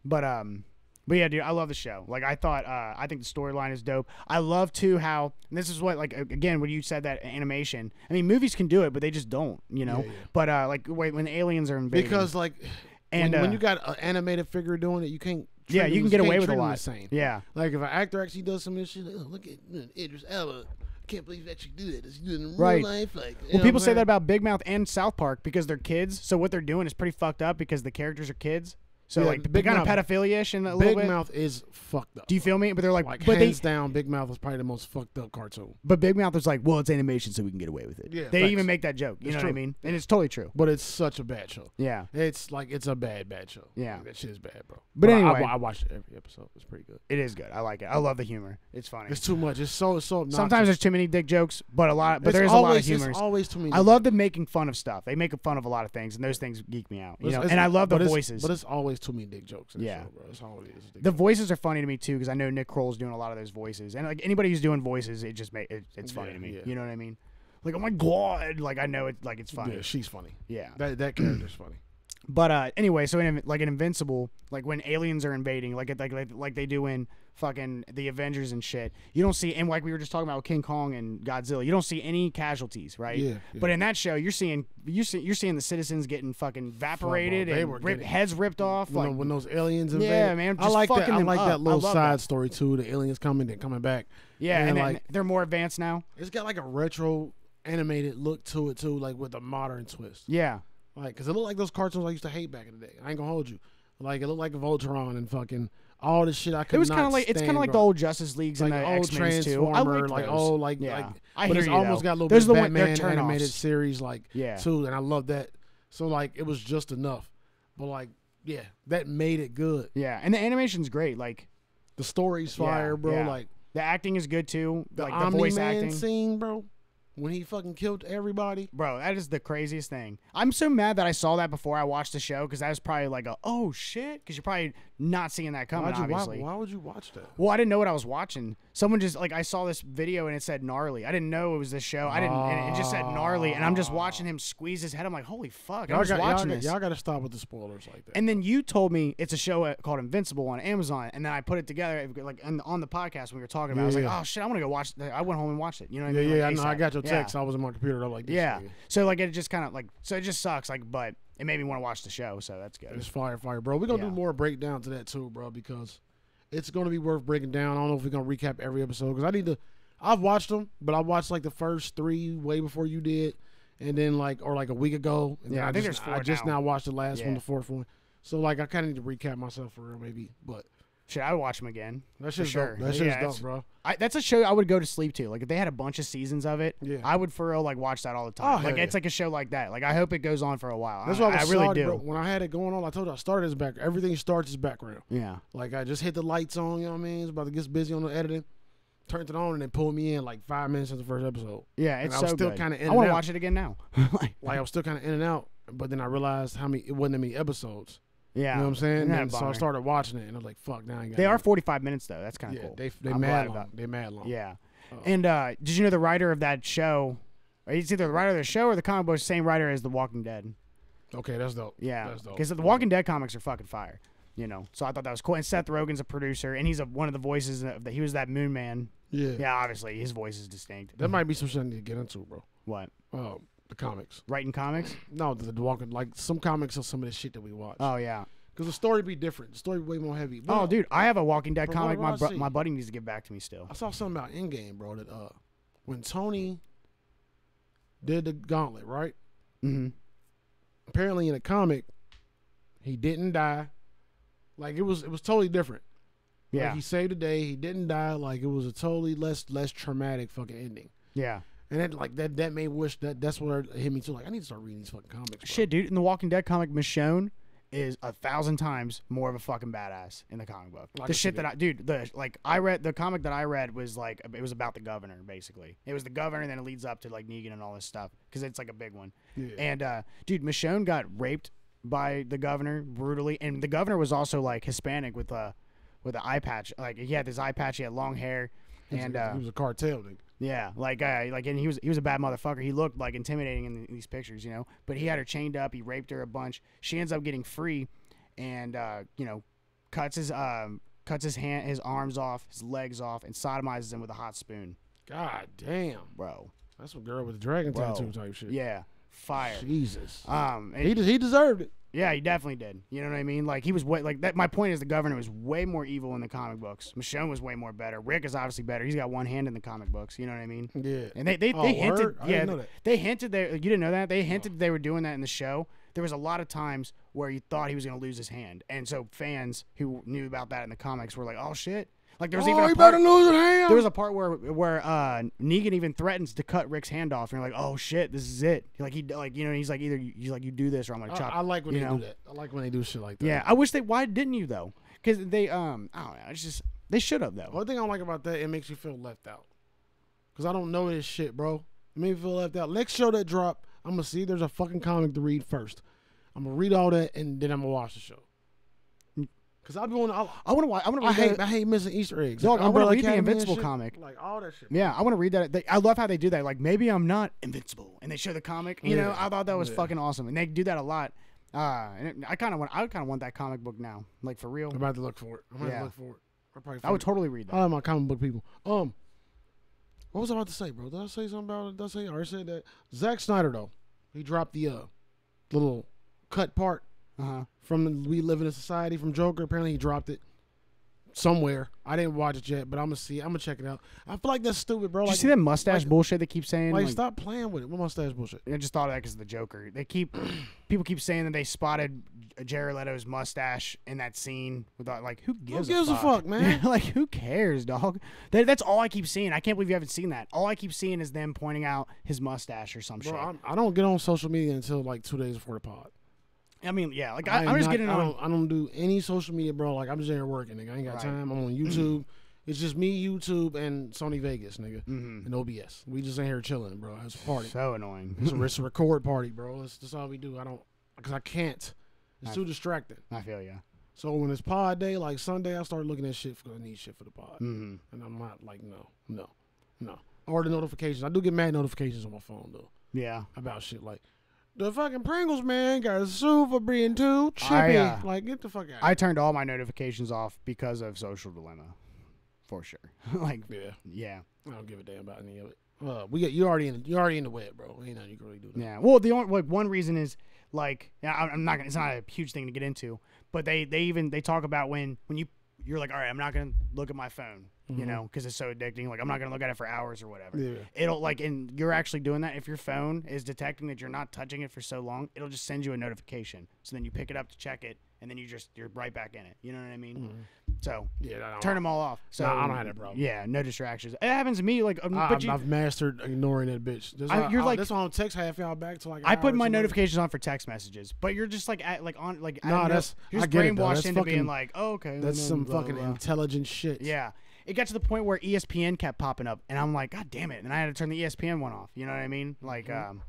A: But um, but yeah, dude, I love the show. Like I thought, uh, I think the storyline is dope. I love too how and this is what like a- again when you said that animation. I mean, movies can do it, but they just don't, you know.
B: Yeah, yeah.
A: But uh, like wait, when aliens are invading,
B: Because like,
A: And,
B: when, when
A: uh,
B: you got an animated figure doing it, you can't. treat
A: yeah, you
B: them-
A: can get
B: can't
A: away with
B: treat
A: a
B: them the
A: lot.
B: same.
A: Yeah,
B: Like if an actor actually does some of this shit, like, oh, look at uh, Idris Elba. Can't believe that you do that. It's doing in real
A: Right.
B: life. Like, you know
A: Well, people
B: what I'm
A: say that
B: saying?
A: about Big Mouth and South Park because they're kids. So what they're doing is pretty fucked up because the characters are kids. So
B: Yeah,
A: like
B: Big
A: kind of
B: Mouth-
A: pedophilia-ish and a little
B: Big
A: bit.
B: Mouth is fucked up.
A: Do you feel me? But they're like,
B: like
A: but they,
B: hands down, Big Mouth is probably the most fucked up cartoon.
A: but Big Mouth is like, well, it's animation, so we can get away with it.
B: Yeah,
A: they
B: facts.
A: even make that joke. You
B: It's
A: know what I
B: true.
A: mean? And it's totally true.
B: But it's such a bad show.
A: Yeah,
B: It's like it's a bad, bad show.
A: Yeah.
B: Like, that shit is bad, bro.
A: But
B: I-
A: anyway.
B: I, I watched every episode. It's pretty good.
A: it is good. I like it. I love the humor. It's funny.
B: It's too much. It's so it's so. Obnoxious.
A: Sometimes there's too many dick jokes, but a lot, but
B: It's
A: there's a lot of
B: always,
A: humor.
B: It's always too many.
A: I love them making fun of stuff. They make fun of a lot of things, and those things geek me out. You
B: It's-
A: know,
B: it's-
A: and I love the
B: but it's-
A: voices.
B: but it's always always too many dick jokes. In yeah,
A: Yeah.
B: show, bro. That's all it is. is dick
A: The
B: jokes.
A: voices are funny to me too because I know Nick Kroll's doing a lot of those voices, and like anybody who's doing voices, it just make it, it's funny
B: Yeah,
A: to me.
B: yeah.
A: You know what I mean? Like oh my god, like I know it, like it's funny.
B: Yeah, she's funny.
A: yeah.
B: That that character's funny.
A: But uh, anyway, so in, like in Invincible, like when aliens are invading, like it- like like, like they do in fucking the Avengers and shit, you don't see and like we were just talking about with King Kong and Godzilla, you don't see any casualties, right?
B: Yeah,
A: But in that show, you're seeing you see you're seeing the citizens getting fucking evaporated
B: they
A: and
B: were
A: ripped-
B: getting-
A: heads ripped off.
B: When,
A: Like,
B: when those aliens invade,
A: man,
B: I
A: just
B: like that.
A: fucking
B: I
A: them
B: like
A: up.
B: that little
A: I love
B: side
A: that.
B: story too. The aliens coming, then coming back.
A: yeah, and,
B: and,
A: then
B: like
A: they're more advanced now.
B: it's got like a retro animated look to it too, like with a modern twist.
A: Yeah,
B: Like, cause it looked like those cartoons I used to hate back in the day. I ain't gonna hold you. Like it looked like Voltron and fucking all this shit. I could.
A: it was
B: kind of
A: like it's kind
B: of
A: of like the old Justice Leagues
B: like
A: and the
B: old
A: X Men too. I
B: Transformer,
A: liked
B: like
A: those.
B: old like
A: Yeah.
B: like.
A: I
B: but it's
A: hear you,
B: almost
A: though.
B: got a little
A: Those
B: bit
A: are the one- they're
B: Batman animated
A: turnoffs.
B: series like
A: Yeah.
B: too, and I love that. So like it was just enough, but like yeah, that made it good.
A: Yeah, and the animation's great. Like
B: The story's
A: yeah,
B: fire, bro.
A: yeah.
B: Like
A: the acting is good too.
B: the
A: like the
B: Omni
A: voice
B: Man
A: acting.
B: scene, bro. When he fucking killed everybody.
A: Bro, that is the craziest thing. I'm so mad that I saw that before I watched the show because that was probably like a oh shit because you're probably not seeing that coming.
B: Why'd you, why,
A: obviously,
B: why would you watch that?
A: well, I didn't know what I was watching. Someone just like I saw this video and it said gnarly. I didn't know it was this show. I didn't. and it just said gnarly, and I'm just watching him squeeze his head. I'm like, holy fuck! I'm just
B: got,
A: watching
B: Ah. y'all,
A: this.
B: got- y'all got to stop with the spoilers like that.
A: and then you told me it's a show called Invincible on Amazon, and then I put it together it- like on, on the podcast when we were talking about. it. I was
B: Yeah, yeah.
A: like, oh shit, I want to go watch. That. I went home and watched it. You know what
B: yeah,
A: I mean?
B: yeah, I,
A: Like,
B: know, I
A: ASAP.
B: got your
A: Yeah.
B: text. I was on my computer. I'm like, this
A: Yeah.
B: nigga.
A: So like it just kind of like so it just sucks like but it made me want to watch the show so that's good.
B: It's fire, fire, bro. We're gonna
A: Yeah.
B: do more breakdowns of that too, bro, because it's gonna be worth breaking down. I don't know if we're gonna recap every episode because I need to. I've watched them, but I watched like the first three way before you did, and then like or like a week ago. And then
A: Yeah, I think there's
B: just,
A: four
B: I just
A: now.
B: now watched the last one,
A: Yeah.
B: the fourth one. So like I kind of need to recap myself for real, maybe. But
A: Should I watch them again?
B: that
A: For
B: shit's
A: sure.
B: dope. That shit's
A: Yeah,
B: dope,
A: it's-
B: bro.
A: I, that's a show I would go to sleep to. Like if they had a bunch of seasons of it,
B: Yeah.
A: I would for real like watch that all the
B: Oh,
A: time.
B: hell
A: like
B: yeah.
A: it's like a show like that. Like I hope it goes on for a while.
B: That's
A: I,
B: why I,
A: I
B: was
A: really
B: sorry,
A: do.
B: Bro. When I had it going on, I told you I started as back. Everything starts as background.
A: Yeah.
B: Like I just hit the lights on, you know what I mean? It's about to get busy on the editing. Turned it on and then pulled me in like five minutes into the first episode.
A: Yeah,
B: And
A: it's
B: I was
A: so
B: still
A: good.
B: kinda
A: I
B: in
A: want
B: and
A: to
B: out.
A: watch it again now. Like,
B: Like I was still kind of in and out, but then I realized how many it wasn't that many episodes.
A: yeah,
B: You know what I'm saying?
A: Isn't that a
B: And so I
A: bummer?
B: started watching it and I was like, "Fuck, now I ain't got."
A: They are
B: nothing."
A: 45 minutes though. That's kind
B: yeah,
A: of cool.
B: they they
A: I'm glad
B: mad long. Oh.
A: about-
B: They mad long.
A: Yeah.
B: Uh-oh.
A: And uh, did you know the writer of that show? or It's either the writer of the show or the comic book, same writer as The Walking Dead.
B: Okay, that's dope.
A: Yeah,
B: that's dope.
A: because the Walking Dead comics are fucking fire. You know, so I thought that was cool. And Seth Rogen's a producer, and he's a, one of the voices of the, he was that Moon Man.
B: Yeah.
A: Yeah, obviously his voice is distinct.
B: That might be some shit I need to get into, bro.
A: What
B: Um, the comics.
A: writing comics?
B: No, the, the Walking like some comics or some of the shit that we watch.
A: Oh yeah.
B: Cuz the story be different. The story way more heavy.
A: Oh
B: Well,
A: dude, I have a Walking Dead
B: From what
A: comic. My
B: I've
A: bro-
B: seen-
A: my buddy needs to give back to me still.
B: I saw something about Endgame, bro. That uh, when Tony did the gauntlet, right?
A: hmm
B: Apparently, in a comic, he didn't die. Like it was, it was totally different. Like,
A: Yeah,
B: he saved the day. He didn't die. Like it was a totally less, less traumatic fucking ending.
A: yeah.
B: And that, like that, that made wish that that's what hit me too. Like I need to start reading these fucking comics. Bro.
A: Shit, dude, in the Walking Dead comic, Michonne is a thousand times more of a fucking badass in the comic book.
B: I
A: the
B: can
A: shit
B: see
A: that I, dude, the like I read the comic that I read was like it was about the governor basically. It was the governor, and then it leads up to like Negan and all this stuff because it's like a big one.
B: Yeah.
A: And uh, dude, Michonne got raped by the governor brutally, and the governor was also like Hispanic with a with an eye patch. Like he had this eye patch, he had long hair,
B: He was
A: and
B: a-
A: uh,
B: he was a cartel nigga.
A: yeah, like uh, like and he was he was a bad motherfucker. He looked like intimidating in, these pictures, you know. But he had her chained up. He raped her a bunch. She ends up getting free, and uh, you know, cuts his um cuts his hand his arms off, his legs off, and sodomizes him with a hot spoon,
B: God damn,
A: bro.
B: that's a girl with a dragon
A: Bro.
B: tattoo type shit.
A: Yeah, fire.
B: Jesus.
A: Um, and-
B: he de- he deserved it.
A: yeah, he definitely did. You know what I mean? Like he was way like that. My point is the governor was way more evil in the comic books. Michonne was way more better. Rick is obviously better. He's got one hand in the comic books. You know what I mean?
B: Yeah.
A: And they they,
B: Oh,
A: they hinted
B: word? I
A: yeah
B: didn't know that.
A: they hinted they you didn't know that they hinted they were doing that in the show. There was a lot of times where you thought he was going to lose his hand, and so fans who knew about that in the comics were like, "Oh shit!" Like there was even
B: oh,
A: a
B: he
A: part,
B: better lose it, hand.
A: there was a part where where uh, Negan even threatens to cut Rick's hand off, and you're like, "Oh shit, this is it!" Like he like you know he's like either you he's like you do this or I'm going
B: I-
A: to chop.
B: I, like when
A: you
B: they
A: know?
B: do that. I like when they do shit like that.
A: Yeah, I wish they. Why didn't you though? Because they um I don't know. It's just they should have though.
B: One thing I don't like about that, it makes you feel left out. Cause I don't know this shit, bro. It made me feel left out. Next show that drop, I'm gonna see if there's a fucking comic to read first. I'm gonna read all that and then I'm gonna watch the show. Cause I'll be on. I'll,
A: I want to watch. Mm. I want to.
B: I hate I hate missing Easter eggs.
A: Dog,
B: Like,
A: I wanna
B: Umbrella
A: read the
B: Academy and
A: Invincible
B: shit.
A: comic.
B: Like all that shit.
A: Yeah, I want to read that. They, I love how they do that. Like maybe I'm not invincible, and they show the comic. You know,
B: Yeah,
A: I thought that was
B: yeah.
A: fucking awesome, and they do that a lot. Uh, and it- I kind of want. I kind of want that comic book now, like for real.
B: I'm about Uh, to look for it. I'm about
A: Yeah.
B: to look for it. I'll probably
A: I would
B: find
A: totally read
B: it.
A: that.
B: I love my comic book people. Um, what was I about to say, bro? Did I say something about it? Did I say I already said that? Zack Snyder though, he dropped the uh little cut part
A: Uh-huh.
B: from We Live in a Society from Joker. Apparently, he dropped it somewhere. I didn't watch it yet, but I'm gonna see. I'm gonna check it out. I feel like that's stupid, bro.
A: Did you
B: like,
A: see that mustache
B: like-
A: bullshit they keep saying?
B: Like,
A: Like,
B: stop playing with it. What mustache bullshit?
A: I just thought of that because of the Joker. They keep people keep saying that they spotted Jared Leto's mustache in that scene. Without like, who gives,
B: gives a fuck, man?
A: like, who cares, dog? That, that's all I keep seeing. I can't believe you haven't seen that. All I keep seeing is them pointing out his mustache or some
B: Bro,
A: shit.
B: I'm, I don't get on social media until like two days before the pod.
A: I mean, yeah, like
B: I
A: I,
B: am
A: I'm just
B: not-
A: getting
B: I
A: on.
B: don't, I don't do any social media, bro. Like I'm just there working. Nigga. I ain't got
A: Right.
B: time. I'm on YouTube. it's just me, YouTube, and Sony Vegas, nigga,
A: Mhm.
B: and OBS. We just in here chilling, bro. It's a party.
A: So annoying.
B: it's, a, it's a record party, bro. That's, that's all we do. I don't because I can't. It's too distracting.
A: I feel you.
B: So when it's pod day, like Sunday, I start looking at shit because I need shit for the pod,
A: hmm
B: and I'm not like no, no, no. Or the notifications. I do get mad notifications on my phone though
A: Yeah.
B: about shit like the fucking Pringles man got sued for being too chippy.
A: I, uh,
B: like get the fuck out.
A: I turned all my notifications off because of social dilemma, for sure. like,
B: yeah,
A: yeah,
B: I don't give a damn about any of it. Uh, we got you already in you already in the web, bro. Ain't nothing you can really do. That.
A: yeah. Well, the only like one reason is like yeah, I'm I'm not gonna. It's not a huge thing to get into, but they they even they talk about when when you you're like, all right, I'm not gonna look at my phone, you know, because it's so addicting. Like, I'm not gonna look at it for hours or whatever.
B: Mm-hmm. Yeah.
A: It'll like, and you're actually doing that. If your phone is detecting that you're not touching it for so long, it'll just send you a notification. So then you pick it up to check it, and then you just you're right back in it. You know what I mean? So
B: Yeah, I don't,
A: turn them all off. So
B: Nah, Mm-hmm. I don't have that problem.
A: Yeah, no distractions. It happens to me. Like, um,
B: I,
A: but
B: I've,
A: you,
B: I've mastered ignoring that bitch. That's
A: I-
B: why
A: you're
B: I,
A: like-
B: that's why on text half y'all back to like. an
A: I
B: hour
A: put
B: or
A: my
B: two later.
A: notifications on for text messages, but you're just like at, like on like I
B: Nah,
A: don't know.
B: that's-
A: you're
B: I
A: just
B: get it, though.
A: brainwashed
B: That's
A: into being
B: fucking-
A: like, oh, okay,
B: That's
A: and
B: some
A: blah,
B: fucking
A: blah.
B: intelligent shit.
A: yeah. It got to the point where E ESPN kept popping up, and I'm like, God damn it! And I had to turn the E ESPN one off. You know what I mean? Like, um,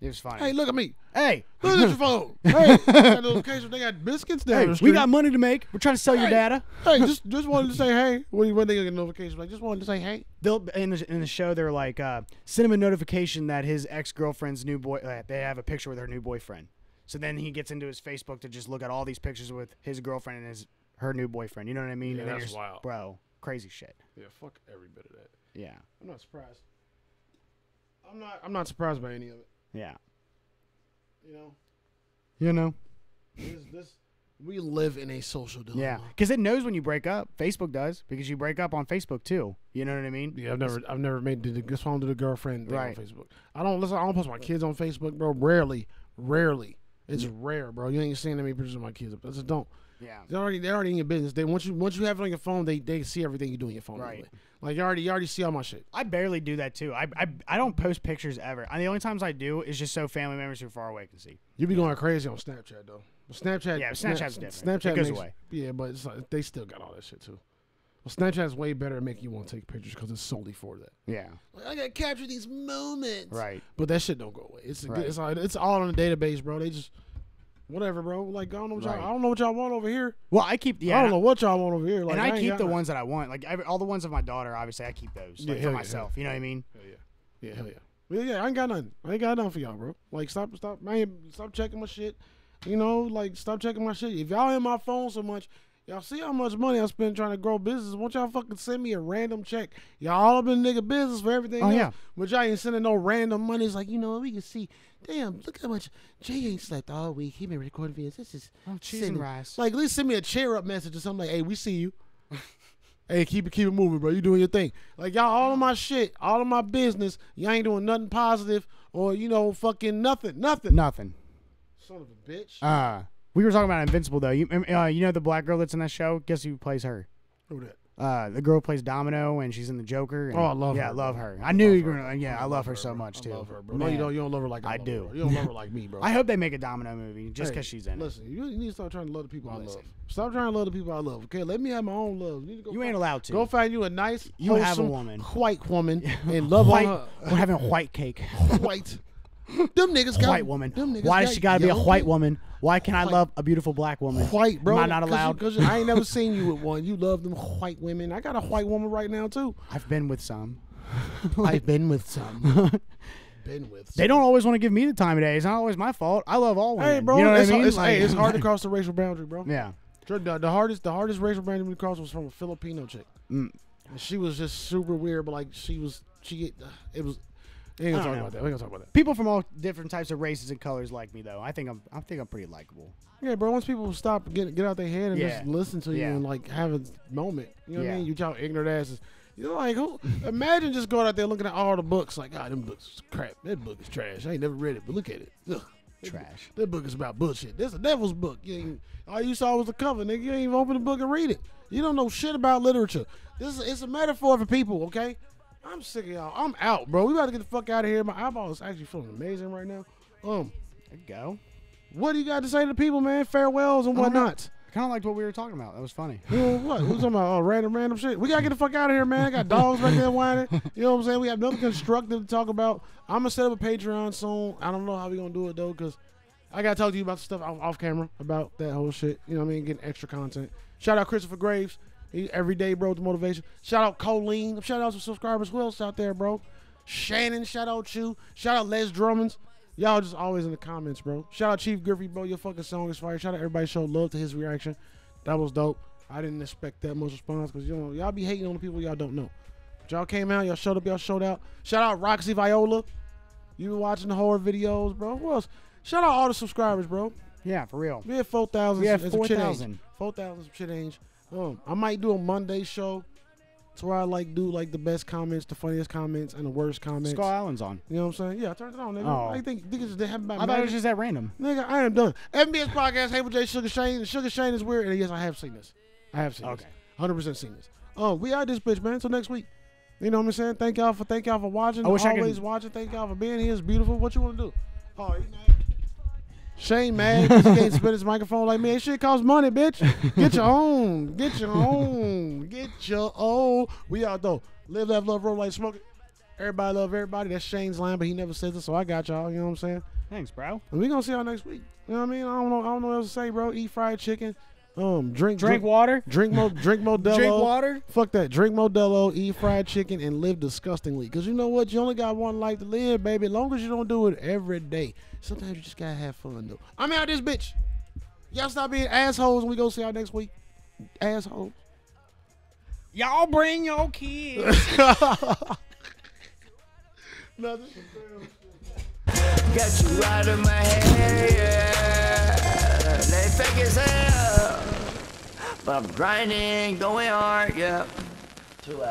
A: it was funny.
B: Mm-hmm. Hey, look at me.
A: Hey,
B: Look at your phone. Hey, I got notifications. They got biscuits down
A: hey,
B: the
A: we
B: street.
A: got money to make. We're trying to sell your
B: Hey.
A: data.
B: hey, just just wanted to say hey. What do you when they get a notification? Like just wanted to say hey.
A: They'll in the, in the show they're like, uh, send him a notification that his ex girlfriend's new boy. Uh, they have a picture with her new boyfriend. So then he gets into his Facebook to just look at all these pictures with his girlfriend and his her new boyfriend. You know what I mean?
B: Yeah,
A: And then
B: that's
A: you're just-
B: wild.
A: bro. Crazy shit.
B: Yeah, fuck every bit of that.
A: Yeah,
B: I'm not surprised. I'm not. I'm not surprised by any of it.
A: yeah.
B: You know,
A: You know?
B: this, this we live in a social dilemma.
A: Yeah, because it knows when you break up. Facebook does because you break up on Facebook too. You know what I mean?
B: Yeah, I've never, I've never made the this phone to the girlfriend thing
A: Right.
B: on Facebook. I don't listen. I don't post my kids on Facebook, bro. Rarely, rarely. It's rare, bro. You ain't seeing that many pictures of my kids. I just don't.
A: Yeah.
B: They already, they already in your business. They once you, once you have it on your phone, they, they see everything you do on your phone.
A: Right.
B: Anyway. Like you already, you already see all my shit.
A: I barely do that too. I, I, I don't post pictures ever. And the only times I do is just so family members who are far away can see.
B: You be going crazy on Snapchat though. But Snapchat,
A: Yeah,
B: Snap-
A: Snapchat's different.
B: Snapchat
A: It goes
B: makes-
A: away.
B: Yeah, but it's like, they still got all that shit too. Well, Snapchat's way better at making you want to take pictures because it's solely for that.
A: Yeah.
B: Like, I gotta capture these moments,
A: Right.
B: But that shit don't go away. It's
A: Right.
B: it's all it's all in the database, bro. They just whatever, bro. Like I don't know what y'all,
A: Right.
B: all I don't know what y'all want over here.
A: Well, I keep yeah.
B: I
A: and
B: don't know what y'all want over here. Like
A: and I,
B: ain't
A: keep
B: got
A: the
B: nothing.
A: ones that I want. Like every, all the ones of my daughter, obviously, I keep those
B: Yeah,
A: like,
B: hell
A: for
B: yeah,
A: myself. You know what I mean?
B: Yeah, hell yeah. Yeah, yeah, I ain't got nothing. I ain't got nothing for y'all, bro. Like, stop, stop, man, stop checking my shit. You know, like, stop checking my shit. If y'all in my phone so much, y'all see how much money I spend trying to grow business. Won't y'all fucking send me a random check? Y'all all up in nigga business for everything.
A: Oh,
B: else,
A: yeah.
B: But y'all ain't sending no random money. It's like, you know what? We can see. Damn, look how much Jay ain't slept all week. He been recording videos. This is
A: Oh, cheese and
B: sending-
A: rice.
B: Like, at least send me a cheer up message or something. Like, hey, we see you. Hey, keep it keep it moving, bro. You doing your thing. Like y'all, all of my shit, all of my business. Y'all ain't doing nothing positive, or you know, fucking nothing, nothing.
A: Nothing.
B: Son of a bitch.
A: Uh, we were talking about Invincible though. You uh, you know the black girl that's in that show. Guess who plays her?
B: Who that?
A: Uh, the girl plays Domino, and she's in the Joker. and-
B: Oh, I love
A: yeah,
B: her,
A: I love
B: bro.
A: her. I knew you were gonna. Yeah, I love her so much too.
B: I love her, bro. No, you
A: Man.
B: don't. You don't love her like I,
A: I
B: love
A: do.
B: her, bro. you don't love her like me, bro.
A: I hope they make a Domino movie just
B: Hey,
A: because she's in
B: Listen, you need to start trying to love the people I
A: Listen.
B: love. Stop trying to love the people I love. Okay, let me have my own love. You, need to go
A: it. You
B: find-
A: ain't allowed to.
B: Go find you a nice,
A: You have a
B: wholesome,
A: woman.
B: white woman, and love on
A: white,
B: her.
A: We're having white cake.
B: White. Them niggas got
A: white woman.
B: Them niggas
A: Why
B: got
A: does she gotta be a
B: yellow
A: white
B: dick.
A: woman? Why can I
B: White.
A: love a beautiful black woman?
B: White, bro.
A: Am I not allowed?
B: Because I ain't never seen you with one. You love them white women. I got a white woman right now too.
A: I've been with some.
B: I've been with some. been with.
A: They don't always want to give me the time of day. It's not always my fault. I love all women.
B: Hey, bro.
A: You know what
B: it's,
A: I mean?
B: it's-
A: Like-
B: hey, it's hard to cross the racial boundary, bro.
A: Yeah.
B: The, the hardest, the hardest racial boundary we crossed was from a Filipino chick.
A: Mm.
B: And she was just super weird, but like she was, she uh, it was. We ain't
A: I don't
B: gonna
A: know.
B: talk about that. We ain't gonna talk about
A: People from all different types of races and colors like me, though. I think I'm. I think I'm pretty likable.
B: that. Yeah, bro. Once people stop, get get out their head and just
A: Yeah.
B: listen to you
A: Yeah.
B: and like have a moment. You know what I
A: Yeah.
B: mean? You y'all ignorant asses. You're like, who? imagine just going out there looking at all the books. Like, God, them books is crap. That book is trash. I ain't never read it, but look at it. Ugh.
A: Trash.
B: That book is about bullshit. That's a devil's book. You ain't, all you saw was the cover, nigga. You ain't even open the book and read it. You don't know shit about literature. This is it's a metaphor for people, okay? I'm sick of y'all. I'm out, bro. We about to get the fuck out of here. My eyeball is actually feeling amazing right now. Um,
A: There you go.
B: what do you got to say to the people, man? Farewells and
A: I don't know.
B: whatnot.
A: Kind of liked what we were talking about. That was funny.
B: You know what? Who's talking about? Oh, random, random shit. We gotta get the fuck out of here, man. I got dogs right there whining. You know what I'm saying? We have nothing constructive to talk about. I'm gonna set up a Patreon soon. I don't know how we gonna do it though, cause I gotta talk to you about the stuff off, off camera about that whole shit. You know what I mean? Getting extra content. Shout out Christopher Graves. He every day, bro, with the motivation. Shout out Colleen. Shout out some subscribers. Who else out there, bro? Shannon. Shout out you. Shout out Les Drummonds. Y'all just always in the comments, bro. Shout out Chief Griffey, bro. Your fucking song is fire. Shout out everybody. Show love to his reaction. That was dope. I didn't expect that much response because you know y'all be hating on the people y'all don't know. But y'all came out, y'all showed up, y'all showed out. Shout out Roxy Viola. You been watching the horror videos, bro. Who else? Shout out all the subscribers, bro.
A: Yeah, for real.
B: We had four thousand.
A: We had
B: four thousand.
A: 4,000.
B: Four thousand some shit change. Um, I might do a Monday show. To where I like do like the best comments, the funniest comments, and the worst comments.
A: Skull Island's on.
B: You know what I'm saying? Yeah, I turned it on. Nigga.
A: Oh.
B: I think niggas they have about
A: I thought it was
B: magic.
A: just at random.
B: Nigga, I am done. FBS podcast, Hey with J Sugar Shane. Sugar Shane is weird. And yes, I have seen this. I have seen this.
A: Okay.
B: Hundred percent seen this. Oh, we out this bitch, man. Till next week. You know what I'm saying? Thank y'all for thank y'all for watching.
A: I wish I could-
B: Always watching. Thank y'all for being here. It's beautiful. What you want to do? Oh, he mad. Shane mad 'cause he can't spin his microphone like me. That shit costs money, bitch. Get your own. Get your own. Get your own. We out though. Live, laugh, love, roll like smoking. Everybody love everybody. That's Shane's line, but he never says it, so I got y'all. You know what I'm saying?
A: Thanks, bro.
B: And we gonna see y'all next week. You know what I mean? I don't know. I don't know what else to say, bro. Eat fried chicken. Um, drink
A: Drink water.
B: Drink mo. Drink Modelo.
A: Drink water.
B: Fuck that. Drink Modelo. Eat fried chicken and live disgustingly. Cause you know what? You only got one life to live, baby. Long as you don't do it every day. Sometimes you just gotta have fun though. I'm out this bitch. Y'all stop being assholes. and We go see y'all next week. Assholes.
A: Y'all bring your kids.
C: Got you out of my head, yeah. They fake as hell. But I'm grinding, going hard, yeah. Two out.